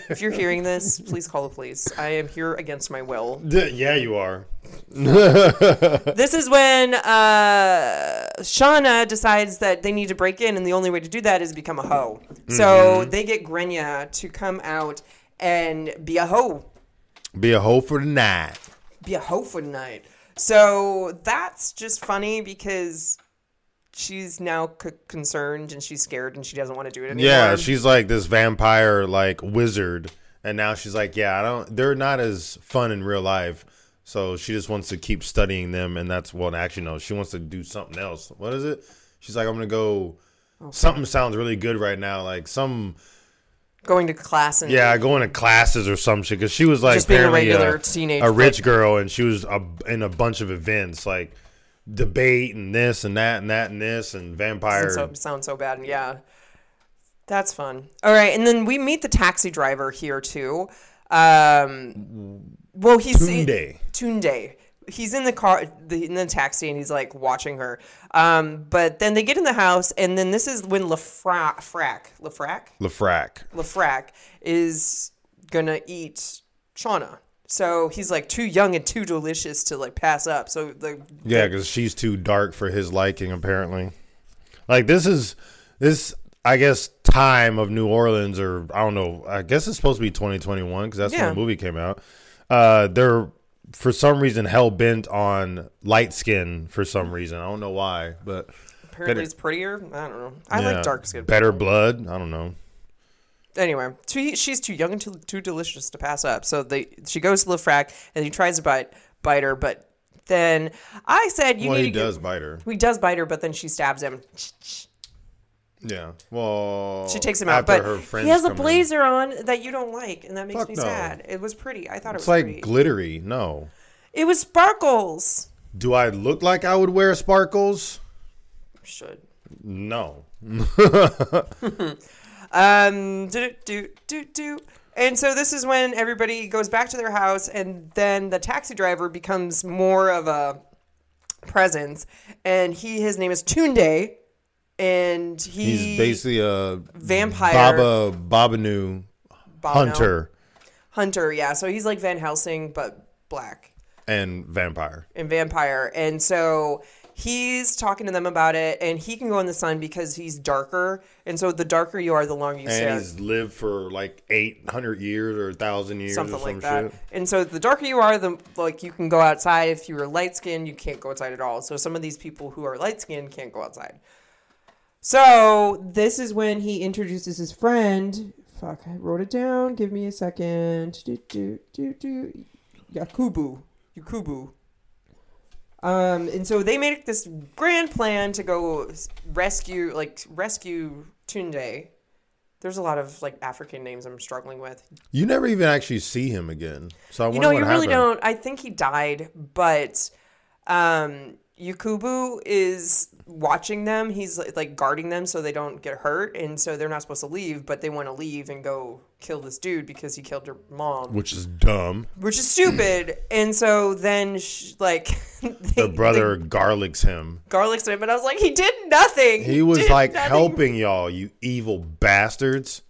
A: if you're hearing this, please call the police. I am here against my will.
B: D- yeah, you are.
A: This is when uh, Shauna decides that they need to break in, and the only way to do that is become a hoe. So
B: Mm-hmm.
A: they get Grenya to come out and be a hoe,
B: Be a hoe for the night.
A: be a hoe for tonight. So that's just funny because she's now c- concerned and she's scared and she doesn't want to do it anymore.
B: Yeah, she's like this vampire, like wizard. And now she's like, yeah, I don't, they're not as fun in real life. So she just wants to keep studying them. And that's, well, actually, no, she wants to do something else. What is it? She's like, I'm going to go. Something sounds really good right now. Like some,
A: going to class and
B: yeah, going to classes or some shit. Cause she was like,
A: Just being a
B: apparently
A: regular teenage
B: a rich girl. And she was a, in a bunch of events, like debate and this and that and that and this and vampire.
A: doesn't so, sound so bad. Yeah. That's fun. All right. And then we meet the taxi driver here, too. Um, well, he's
B: Tunde.
A: Tunde. He's in the car, the, in the taxi, and he's like watching her. Um, but then they get in the house, and then this is when Lafra, Frack, Lafrac,
B: Lafrac.
A: Lafrac is gonna eat Shauna. So he's like too young and too delicious to like pass up. So the
B: Yeah, because she's too dark for his liking, apparently. Like this is this, I guess, time of New Orleans, or I don't know. I guess it's supposed to be 2021 because that's
A: Yeah.
B: when the movie came out. Uh, they're for some reason hell bent on light skin for some reason. I don't know why, but
A: apparently
B: Better-
A: it's prettier. I don't know. I
B: yeah.
A: like dark skin.
B: better blood. I don't know.
A: anyway, too, she's too young and too, too delicious to pass up. So they she goes to Lefrak and he tries to bite bite her, but then I said you
B: well,
A: need
B: he
A: to
B: does
A: Get,
B: bite her.
A: he does bite her, but then she stabs him.
B: Yeah. Well,
A: She takes him out,
B: Oh, after
A: but
B: friends
A: he has a
B: come in.
A: blazer on that you don't like, and that makes
B: Fuck
A: me
B: no.
A: sad. It was pretty. I thought it
B: It's
A: was
B: like
A: pretty.
B: glittery. No.
A: it was sparkles.
B: Do I look like I would wear sparkles?
A: Should.
B: No.
A: Um, do do do do. And so this is when everybody goes back to their house, and then the taxi driver becomes more of a presence, and he his name is Tunde, and he
B: He's basically a
A: vampire
B: Baba Babanu
A: Bono.
B: hunter
A: Hunter, yeah. So he's like Van Helsing but black
B: and vampire.
A: and vampire, and so he's talking to them about it, and he can go in the sun because he's darker, and so the darker you are, the longer you
B: And
A: stay.
B: he's lived for like eight hundred years or a thousand years
A: something
B: or some
A: like that.
B: shit.
A: And so the darker you are, the like you can go outside. If you are light skinned, you can't go outside at all. So some of these people who are light skinned can't go outside. So this is when he introduces his friend. Fuck, I wrote it down. Give me a second. Do do do do. Yakubu. Yakubu. Um, and so they make this grand plan to go s- rescue, like rescue Tunde. There's a lot of like African names I'm struggling with.
B: You never even actually see him again. So I
A: You
B: wonder
A: know,
B: what
A: you really don't.
B: happened.
A: I think he died, but um, Yukubu is watching them. He's like, like guarding them so they don't get hurt, and so they're not supposed to leave, but they want to leave and go kill this dude because he killed your mom,
B: Which is dumb.
A: which is stupid. and so then, sh- like, (laughs) they,
B: The brother garlics him.
A: garlic him, and I was like, he did nothing.
B: He was
A: did
B: like
A: nothing.
B: helping y'all, you evil bastards.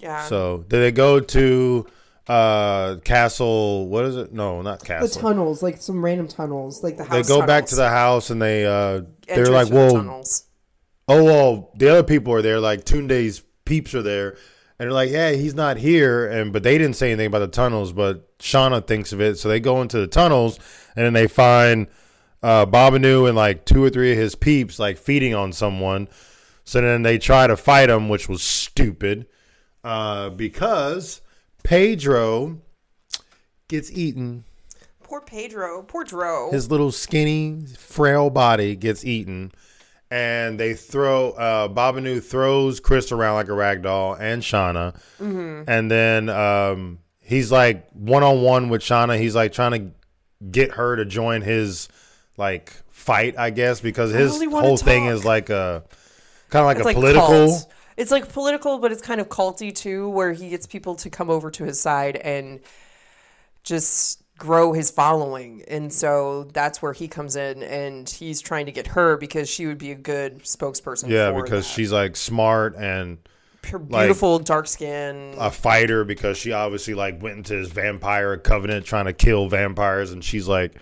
A: Yeah.
B: So did they go to uh castle what is it? No, not
C: The
B: castle.
C: tunnels, like some random tunnels, like the
B: they
C: house.
B: go back to
A: tunnels.
B: the house and they uh they're
A: Entrance
B: like,
A: to the
B: Well
A: tunnels.
B: oh well the other people are there, like Tunde's peeps are there and they're like, Yeah, he's not here and but they didn't say anything about the tunnels, but Shauna thinks of it. So they go into the tunnels and then they find uh Babanu and like two or three of his peeps like feeding on someone. So then they try to fight him, which was stupid. Uh because Pedro gets eaten.
A: Poor Pedro. Poor Dro.
B: His little skinny, frail body gets eaten, and they throw uh, Babanu throws Chris around like a rag doll and Shauna,
A: Mm-hmm.
B: and then um, he's like one on one with Shauna. He's like trying to get her to join his like fight, I guess, because his
A: really wanna
B: whole thing
A: talk.
B: is like a kind of like a
A: It's like
B: political.
A: cult. It's like political, but it's kind of culty too, where he gets people to come over to his side and just grow his following. And so that's where he comes in, and he's trying to get her because she would be a good spokesperson.
B: Yeah,
A: for
B: because
A: that.
B: she's like smart and
A: her beautiful dark skin.
B: a fighter because she obviously like went into this vampire covenant trying to kill vampires and she's like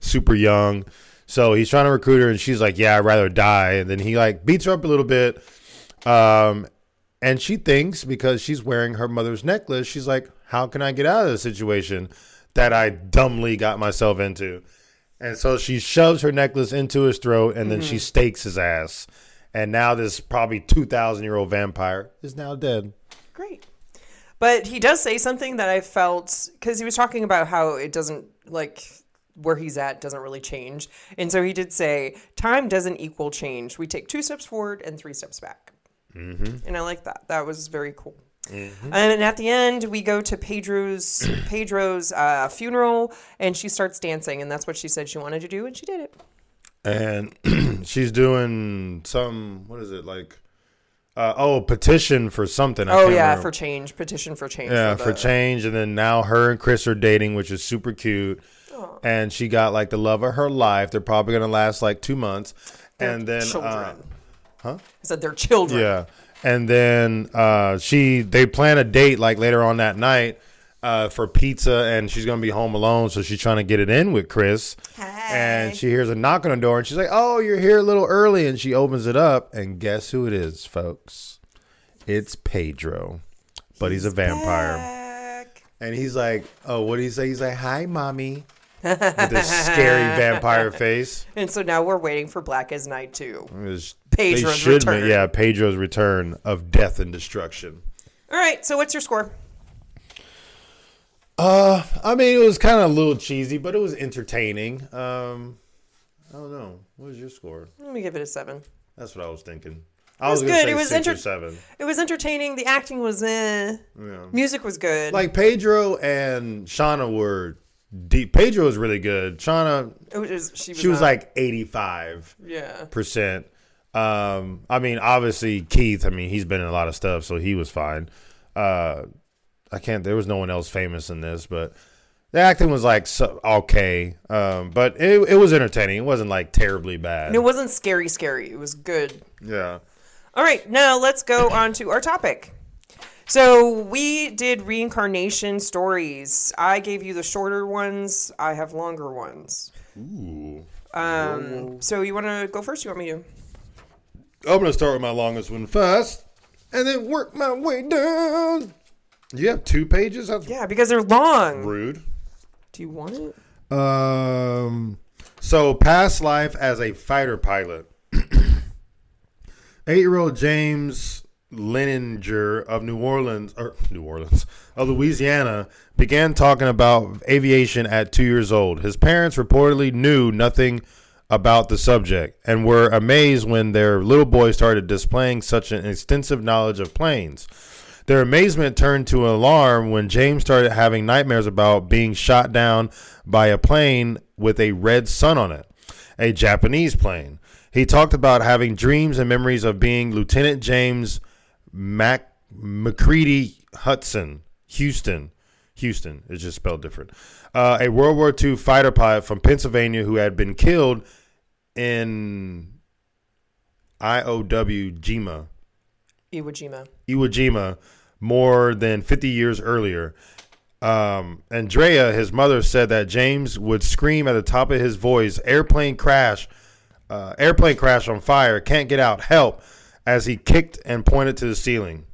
B: super young. So he's trying to recruit her and she's like, Yeah, I'd rather die. And then he like beats her up a little bit. Um and she thinks because she's wearing her mother's necklace, she's like, How can I get out of this situation that I dumbly got myself into? And so she shoves her necklace into his throat and then she stakes his ass. And now this probably 2,000 year old vampire is now dead.
A: Great. But he does say something that I felt because he was talking about how it doesn't like where he's at doesn't really change. And so he did say, time doesn't equal change. We take two steps forward and three steps back. Mm-hmm. And I like that. That was very cool.
B: Mm-hmm.
A: And at the end, we go to Pedro's
B: (clears throat)
A: Pedro's uh, funeral, and she starts dancing, and that's what she said she wanted to do, and she did it.
B: and (clears throat) she's doing some what is it like uh, oh petition for something I
A: Oh
B: can't
A: yeah,
B: remember.
A: for change, petition for change.
B: yeah
A: the-
B: for change and then now her and chris are dating which is super cute and she got like the love of her life they're probably gonna last like two months and then
A: children.
B: uh,
A: I said they're children.
B: yeah and then uh, she they plan a date like later on that night uh, for pizza and she's gonna be home alone so she's trying to get it in with chris and she hears a knock on the door and she's like oh you're here a little early and she opens it up and guess who it is folks it's pedro but he's, a vampire
A: Back.
B: and he's like oh what do you say he's like hi mommy with
A: (laughs)
B: this scary vampire face
A: And so now we're waiting for Black as Night 2.
B: It was-
A: Pedro's
B: should ma-
A: return.
B: yeah pedro's return of death and destruction
A: All right, so what's your score?
B: I mean, it was kind of a little cheesy, but it was entertaining. Um, I don't know. What was your score?
A: Let me give it a 7.
B: That's what I was thinking. I
A: was
B: was, gonna
A: good.
B: Say
A: It was
B: six or
A: enter-
B: seven.
A: It was entertaining, the acting was eh. Music was good.
B: Like Pedro and Shauna were deep. Pedro was really good. Shauna,
A: it was, she was,
B: she was
A: not-
B: like eighty-five
A: yeah.
B: percent. Um, I mean, obviously Keith. I mean, he's been in a lot of stuff, so he was fine. Uh, I can't. There was no one else famous in this, but the acting was like so, okay. Um, but it it was entertaining. It wasn't like terribly bad.
A: And it wasn't scary scary. It was good.
B: yeah.
A: All right, now let's
B: (coughs)
A: go on to our topic. So we did reincarnation stories. I gave you the shorter ones. I have longer ones.
B: Ooh.
A: Um, so you want to go first? You want me to?
B: I'm gonna start with my longest one first, and then work my way down. You have two pages. That's
A: Yeah, because they're long.
B: rude.
A: Do you want it?
B: Um, so past life as a fighter pilot. Eight-year-old James Leninger of New Orleans, or New Orleans, of Louisiana, began talking about aviation at two years old. His parents reportedly knew nothing about the subject and were amazed when their little boy started displaying such an extensive knowledge of planes. Their amazement turned to alarm when James started having nightmares about being shot down by a plane with a red sun on it, a Japanese plane. He talked about having dreams and memories of being Lieutenant James Mac- McCready Hudson, Houston. Houston is just spelled different. Uh, a World War II fighter pilot from Pennsylvania who had been killed in IOW Jima,
A: Iwo Jima.
B: Iwo Jima more than 50 years earlier. Um, Andrea, his mother, said that James would scream at the top of his voice, "Airplane crash! Uh, airplane crash on fire! Can't get out! Help!" as he kicked and pointed to the ceiling.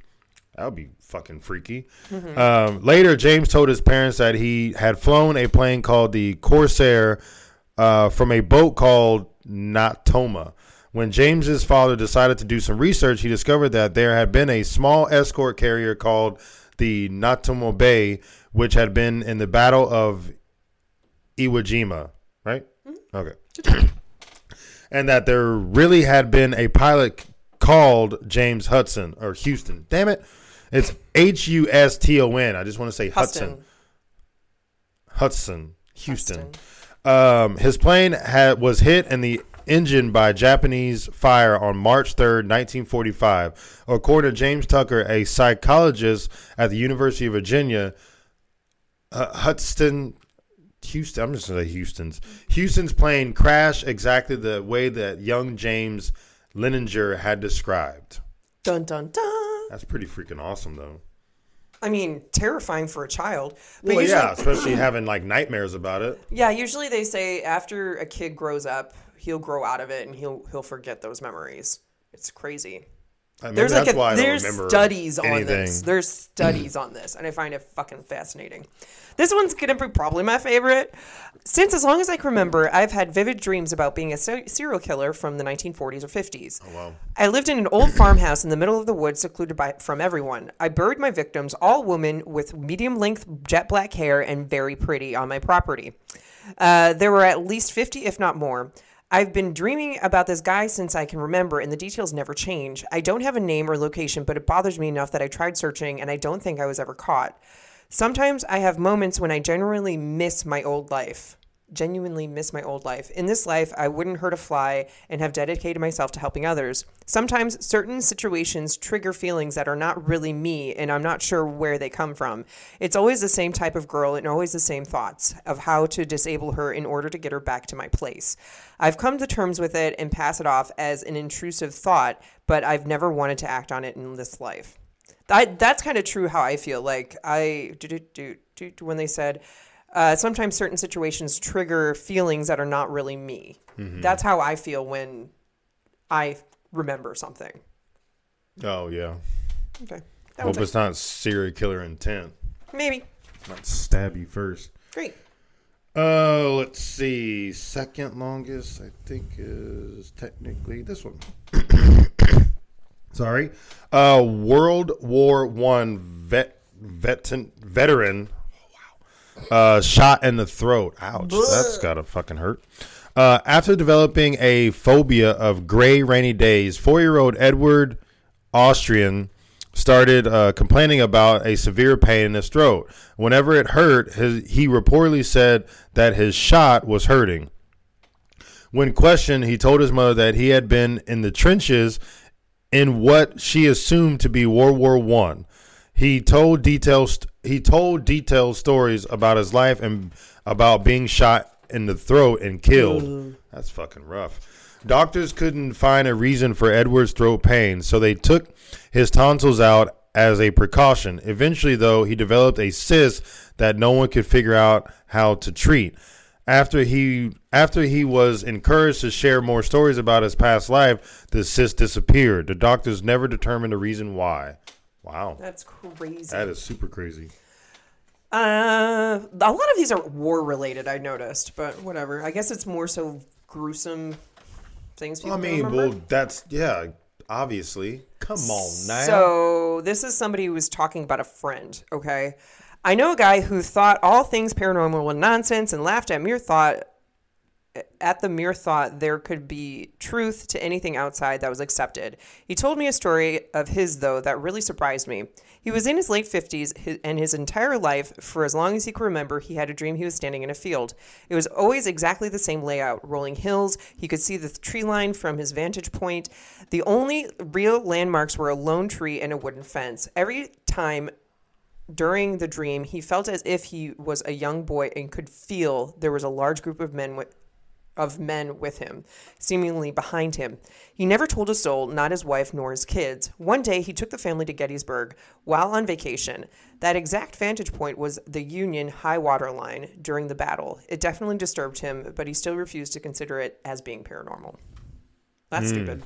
B: That would be fucking freaky. Um, later, James told his parents that he had flown a plane called the Corsair uh, from a boat called Natoma. When James's father decided to do some research, he discovered that there had been a small escort carrier called the Natoma Bay, which had been in the Battle of Iwo Jima, right? Okay (clears throat) and that there really had been a pilot c- called James Hudson or Houston. Damn it. It's H U S T O N. I just want to say Hudson.
A: Huston.
B: Hudson. Houston. Um, his plane had, was hit in the engine by Japanese fire on March 3rd, 1945. According to James Tucker, a psychologist at the University of Virginia, uh, Hudson Houston. I'm just gonna say Houston's. Houston's plane crashed exactly the way that young James Leninger had described.
A: Dun dun dun.
B: That's pretty freaking awesome, though.
A: I mean, terrifying for a child. But
B: Well,
A: usually,
B: yeah, especially having like nightmares about it.
A: yeah, usually they say after a kid grows up, he'll grow out of it and he'll he'll forget those memories. It's crazy.
B: I mean,
A: There's
B: Uh, that's
A: like
B: why
A: a,
B: I don't
A: there's
B: remember
A: studies on
B: anything.
A: this. There's studies on this, and I find it fucking fascinating. This one's gonna be probably my favorite. Since as long as I can remember, I've had vivid dreams about being a se- serial killer from the 1940s or 50s. Oh
B: wow.
A: I lived in an old farmhouse in the middle of the woods, secluded by, from everyone. I buried my victims, all women with medium length jet black hair and very pretty, on my property. Uh, there were at least 50, if not more. I've been dreaming about this guy since I can remember, and the details never change. I don't have a name or location, but it bothers me enough that I tried searching, and I don't think I was ever caught. Sometimes I have moments when I genuinely miss my old life genuinely miss my old life. In this life, I wouldn't hurt a fly and have dedicated myself to helping others. Sometimes certain situations trigger feelings that are not really me, and I'm not sure where they come from. It's always the same type of girl and always the same thoughts of how to disable her in order to get her back to my place. I've come to terms with it and pass it off as an intrusive thought, but I've never wanted to act on it in this life. I, that's kind of true how I feel. Like I do, do, do, do, do, when they said uh, sometimes certain situations trigger feelings that are not really me. That's how I feel when I remember something.
B: Oh yeah.
A: Okay, that
B: Hope
A: was
B: it's not serial killer intent.
A: maybe
B: Might stab you first.
A: great.
B: Uh, let's see. Second longest, I think, is technically this one. (coughs) Sorry. Uh, World War One vet veteran veteran. Wow. Uh, shot in the throat. Ouch. That's gotta fucking hurt. Uh, after developing a phobia of gray rainy days, four-year-old Edward Austrian started uh, complaining about a severe pain in his throat. Whenever it hurt, his, he reportedly said that his shot was hurting. When questioned, he told his mother that he had been in the trenches in what she assumed to be World War One. He told details. He told detailed stories about his life and about being shot in the throat and killed. That's fucking rough. Doctors couldn't find a reason for Edward's throat pain, so they took his tonsils out as a precaution. Eventually, though, he developed a cyst that no one could figure out how to treat after he after he was encouraged to share more stories about his past life, the cyst disappeared. The doctors never determined the reason why. Wow,
A: That's crazy.
B: that is super crazy.
A: Uh, a lot of these are war related. I noticed, but whatever. I guess it's more so gruesome things. People
B: I mean,
A: remember.
B: well, that's yeah, obviously. Come on now.
A: So So this is somebody who was talking about a friend. Okay, I know a guy who thought all things paranormal were nonsense and laughed at mere thought. At the mere thought there could be truth to anything outside that was accepted. He told me a story of his, though, that really surprised me. He was in his late 50s, hi- and his entire life, for as long as he could remember, he had a dream he was standing in a field. It was always exactly the same layout rolling hills. He could see the tree line from his vantage point. The only real landmarks were a lone tree and a wooden fence. Every time during the dream, he felt as if he was a young boy and could feel there was a large group of men with, of men with him, seemingly behind him. He never told a soul, not his wife nor his kids. One day, he took the family to Gettysburg while on vacation. That exact vantage point was the Union high water line during the battle. It definitely disturbed him, but he still refused to consider it as being paranormal. That's stupid.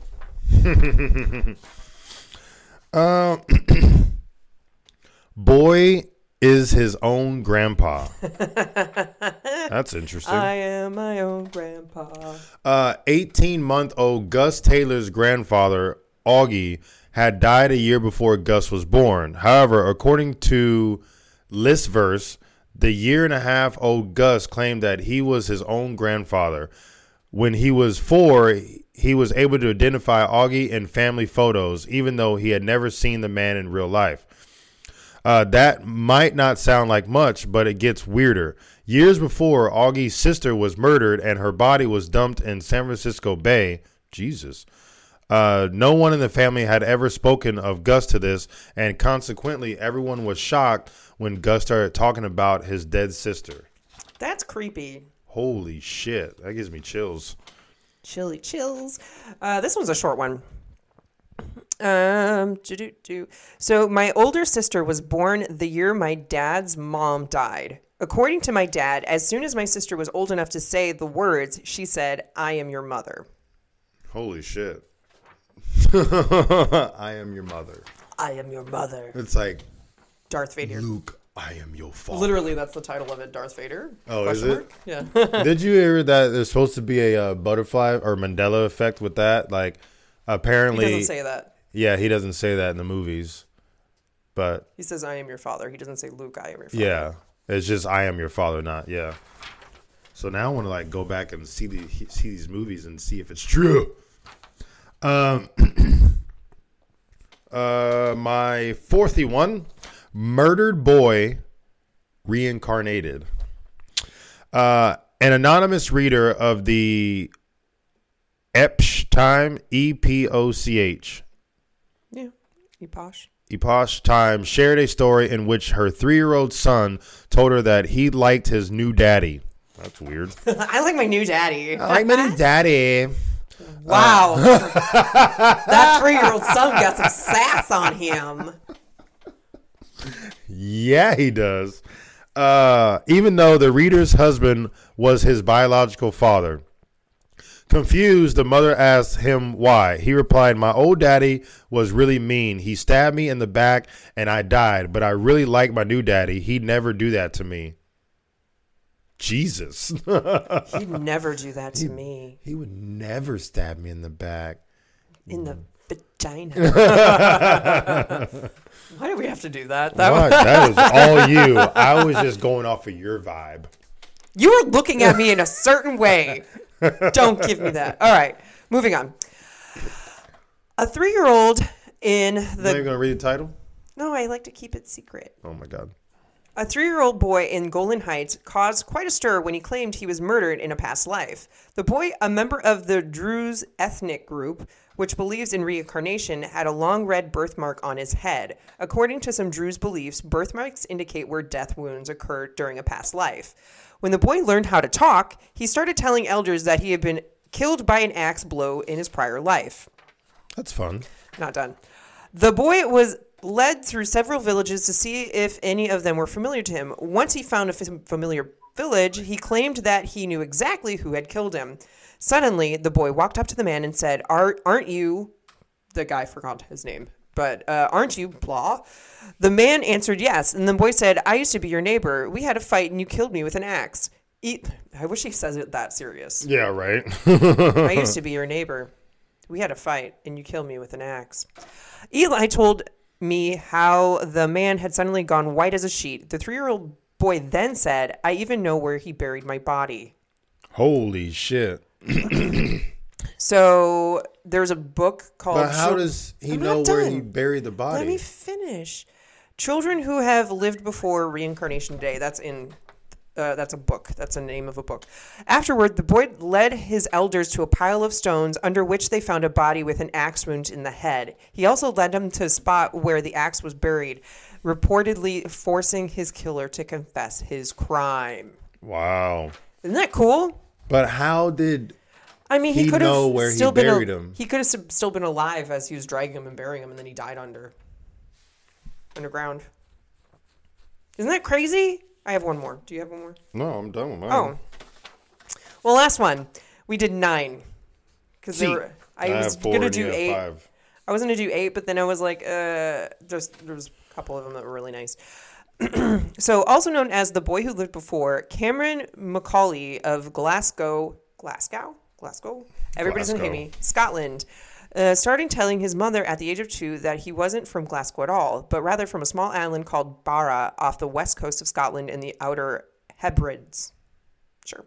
B: Boy is his own grandpa. That's interesting.
A: I am my own grandpa.
B: Uh, 18 month old Gus Taylor's grandfather, Augie, had died a year before Gus was born. However, according to Listverse, the year and a half old Gus claimed that he was his own grandfather. When he was four, he was able to identify Augie in family photos, even though he had never seen the man in real life. Uh, that might not sound like much, but it gets weirder. Years before, Augie's sister was murdered and her body was dumped in San Francisco Bay. Jesus. Uh, no one in the family had ever spoken of Gus to this, and consequently, everyone was shocked when Gus started talking about his dead sister.
A: That's creepy.
B: Holy shit. That gives me chills.
A: Chilly chills. Uh, this one's a short one. Um, doo-doo-doo. so my older sister was born the year my dad's mom died. According to my dad, as soon as my sister was old enough to say the words, she said, "I am your mother."
B: Holy shit. (laughs) I am your mother.
A: I am your mother.
B: It's like,
A: Darth Vader.
B: Luke, I am your father.
A: Literally, that's the title of it. Darth Vader.
B: Oh,
A: Question
B: is it?
A: mark? Yeah. (laughs)
B: (laughs) Did you hear that there's supposed to be a uh, butterfly or Mandela effect with that? Like,
A: he
B: apparently,
A: doesn't say that.
B: yeah, he doesn't say that in the movies, but
A: He says, "I am your father." He doesn't say, "Luke, I am your father."
B: yeah, it's just I am your father, not yeah. So now I want to like go back and see the see these movies and see if it's true. Um, (clears throat) uh, my fourthy one, murdered boy, reincarnated. Uh, an anonymous reader of the Epsch time E P O C H
A: Yeah. You posh.
B: Eposh Time shared a story in which her three year old son told her that he liked his new daddy. That's weird.
A: (laughs) I like my new daddy.
B: (laughs) I like my new daddy.
A: Wow. Uh, (laughs) that three year old son got some sass on him.
B: Yeah, he does. Uh, even though the reader's husband was his biological father. Confused, the mother asked him why. He replied, My old daddy was really mean. He stabbed me in the back and I died, but I really like my new daddy. He'd never do that to me. Jesus.
A: He'd never do that to me
B: He would never stab me in the back.
A: in the vagina. (laughs) Why do we have to do that? that
B: Fuck, (laughs) that was all you. I was just going off of your vibe.
A: You were looking at me in a certain way. Don't give me that. All right, moving on. A three year old in
B: Not
A: the.
B: even gonna read the title.
A: No, I like to keep it secret.
B: Oh my god.
A: A three year old boy in Golden Heights caused quite a stir when he claimed he was murdered in a past life. The boy, a member of the Druze ethnic group, which believes in reincarnation, had a long red birthmark on his head. According to some Druze beliefs, birthmarks indicate where death wounds occurred during a past life. When the boy learned how to talk, he started telling elders that he had been killed by an axe blow in his prior life.
B: That's fun.
A: Not done. The boy was led through several villages to see if any of them were familiar to him. Once he found a f- familiar village, he claimed that he knew exactly who had killed him. Suddenly, the boy walked up to the man and said, Are, Aren't you the guy forgot his name, but uh, aren't you blah? The man answered yes, and the boy said, I used to be your neighbor. We had a fight and you killed me with an axe. E- I wish he says it that serious.
B: Yeah, right. (laughs)
A: I used to be your neighbor. We had a fight, and you killed me with an axe. Eli told me how the man had suddenly gone white as a sheet. The three year old boy then said, I even know where he buried my body.
B: Holy shit.
A: So there's a book called.
B: But how
A: Chil-
B: does he
A: I'm
B: know
A: not
B: where he
A: done.
B: buried the body?
A: Let me finish. Children who have lived before reincarnation day. That's in. Uh, that's a book. That's the name of a book. Afterward, the boy led his elders to a pile of stones under which they found a body with an axe wound in the head. He also led them to a spot where the axe was buried, reportedly forcing his killer to confess his crime.
B: wow.
A: Isn't that cool?
B: But how did
A: I mean, he,
B: He
A: could have
B: know where he
A: still been. al-
B: buried him.
A: He could have still been alive as he was dragging him and burying him, and then he died under underground. Isn't that crazy? I have one more. Do you have one more?
B: No, I'm done with mine.
A: Oh, well, last one. We did nine because
B: See,
A: I was
B: have four
A: gonna
B: and you
A: do
B: have
A: eight.
B: five.
A: I was gonna do eight, but then I was like, uh, there's there was a couple of them that were really nice. (clears throat) so, also known as the boy who lived before, Cameron Macaulay of Glasgow, Glasgow, Glasgow. Everybody's gonna hate me.
B: Glasgow.
A: Scotland. Uh, started telling his mother at the age of two that he wasn't from Glasgow at all, but rather from a small island called Barra off the west coast of Scotland in the outer Hebrides. Sure.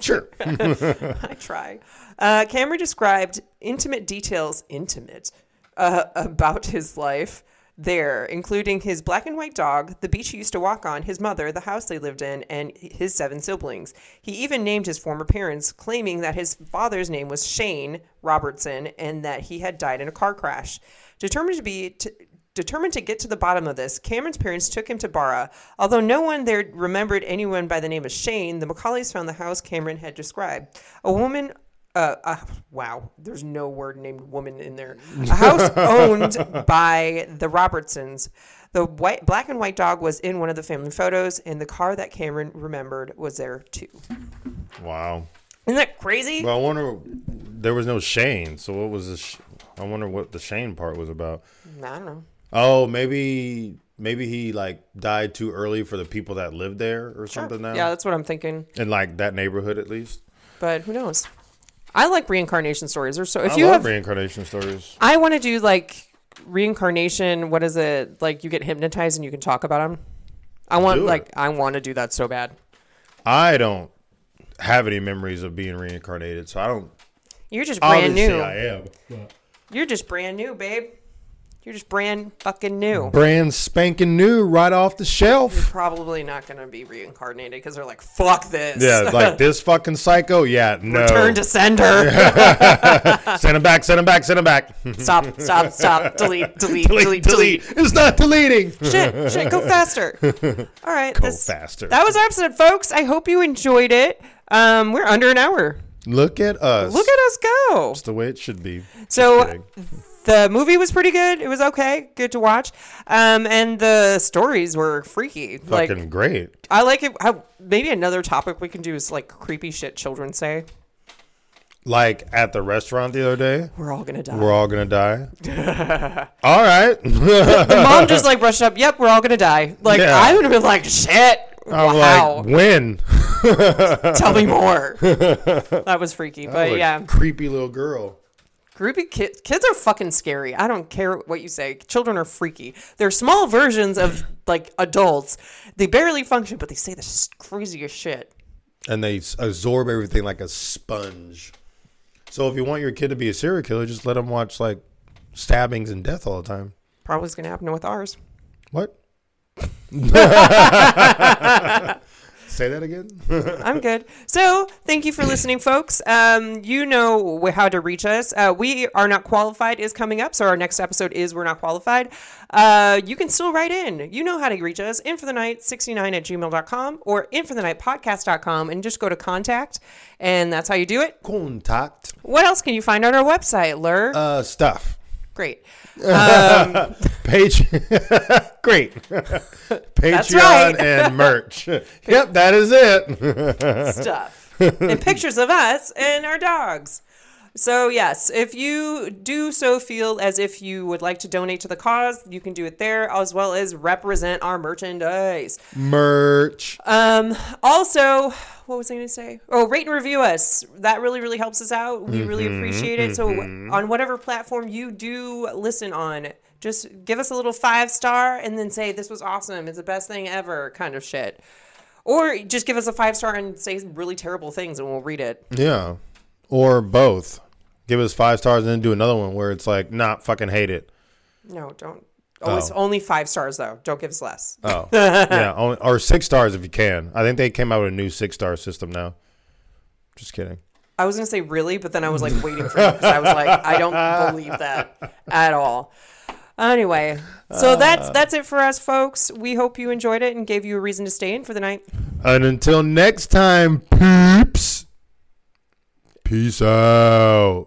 B: Sure.
A: (laughs) I try. Uh, Cameron described intimate details, intimate, uh, about his life there, including his black and white dog, the beach he used to walk on, his mother, the house they lived in, and his seven siblings. He even named his former parents, claiming that his father's name was Shane Robertson and that he had died in a car crash. Determined to be. T- Determined to get to the bottom of this, Cameron's parents took him to Barra. Although no one there remembered anyone by the name of Shane, the Macaulays found the house Cameron had described. A woman, uh, uh, wow, there's no word named woman in there. A
B: (laughs)
A: house owned by the Robertsons. The white, black and white dog was in one of the family photos, and the car that Cameron remembered was there too.
B: wow.
A: Isn't that crazy?
B: Well, I wonder. There was no Shane, so what was the? Sh- I wonder what the Shane part was about.
A: I don't know.
B: Oh, maybe maybe he like died too early for the people that lived there or something. Now,
A: Yeah, that's what I'm thinking.
B: in like that neighborhood at least.
A: But who knows? I like reincarnation stories. Or so if
B: I
A: you
B: love
A: have
B: reincarnation stories.
A: I want to do like reincarnation. What is it? Like you get hypnotized and you can talk about them. I want
B: Do it.
A: like I want to do that so bad.
B: I don't have any memories of being reincarnated, so I don't.
A: You're just brand
B: Obviously,
A: new.
B: I am
A: You're just brand new, babe. You're just brand fucking new.
B: brand spanking new, right off
A: (laughs)
B: the shelf.
A: Probably not gonna be reincarnated because they're like, fuck this. (laughs)
B: Yeah, like this fucking psycho. Yeah, no.
A: Return to
B: (laughs)
A: sender.
B: Send him back. Send him back. Send him back. (laughs)
A: stop, stop, stop. Delete, delete, delete, delete.
B: It's not deleting.
A: Shit, shit, go
B: (laughs)
A: faster. All right. Go
B: faster.
A: That was our episode, folks. I hope you enjoyed it. Um, we're under an hour.
B: Look at us.
A: Look at us go.
B: It's the way it should be.
A: So
B: kidding.
A: the movie was pretty good. It was okay, good to watch. Um, and the stories were freaky.
B: Fucking
A: Like
B: great.
A: I like it. I, maybe another topic we can do is like creepy shit children say.
B: Like at the restaurant the other day,
A: We're all gonna die.
B: we're all gonna die. (laughs) all right. (laughs)
A: the mom just like brushed up. Yep, we're all gonna die. Like
B: Yeah.
A: I would have been like, shit.
B: I'm
A: wow.
B: like, when? (laughs)
A: Tell me more. that was freaky, but
B: Like,
A: yeah,
B: (laughs) Creepy little girl.
A: creepy kids. Kids are fucking scary. I don't care what you say. Children are freaky. They're small versions of like adults. They barely function, but they say the s- craziest shit.
B: And they s- absorb everything like a sponge. So if you want your kid to be a serial killer, just let them watch like stabbings and death all the time.
A: Probably is going to happen with ours.
B: What? (laughs) Say that again.
A: I'm good. So, thank you for listening, folks. Um, you know wh- how to reach us. Uh, we are not qualified is coming up, so our next episode is we're not qualified. Uh, you can still write in. You know how to reach us. In for the night 69 at gmail.com or in for the night podcast.com and just go to contact, and that's how you do it.
B: Contact
A: What else can you find on our website, Lur?
B: uh, stuff.
A: Great.
B: Page, (laughs) great. Patreon
A: right.
B: and merch. (laughs)
A: (laughs)
B: yep, that is it.
A: Stuff. and pictures of us and our dogs. So, yes, if you do so feel as if you would like to donate to the cause, you can do it there as well as represent our merchandise.
B: Merch.
A: Um, also, what was I going to say? Oh, rate and review us. That really, really helps us out. We really appreciate it. So, on whatever platform you do listen on, just give us a little five star and then say, This was awesome. It's the best thing ever, kind of shit. Or just give us a five star and say really terrible things and we'll read it.
B: Yeah. Or both. Give us five stars and then do another one where it's like, nah, fucking hate it.
A: No, don't. Always
B: Oh.
A: only five stars though. Don't give us less.
B: Oh. (laughs) yeah. Only, or six stars if you can. I think they came out with a new six star system now. Just kidding.
A: I was gonna say really, but then I was like waiting for you because I was like, I don't believe that at all. Anyway, so that's that's it for us, folks. We hope you enjoyed it and gave you a reason to stay in for the night.
B: And until next time, peeps. Peace out.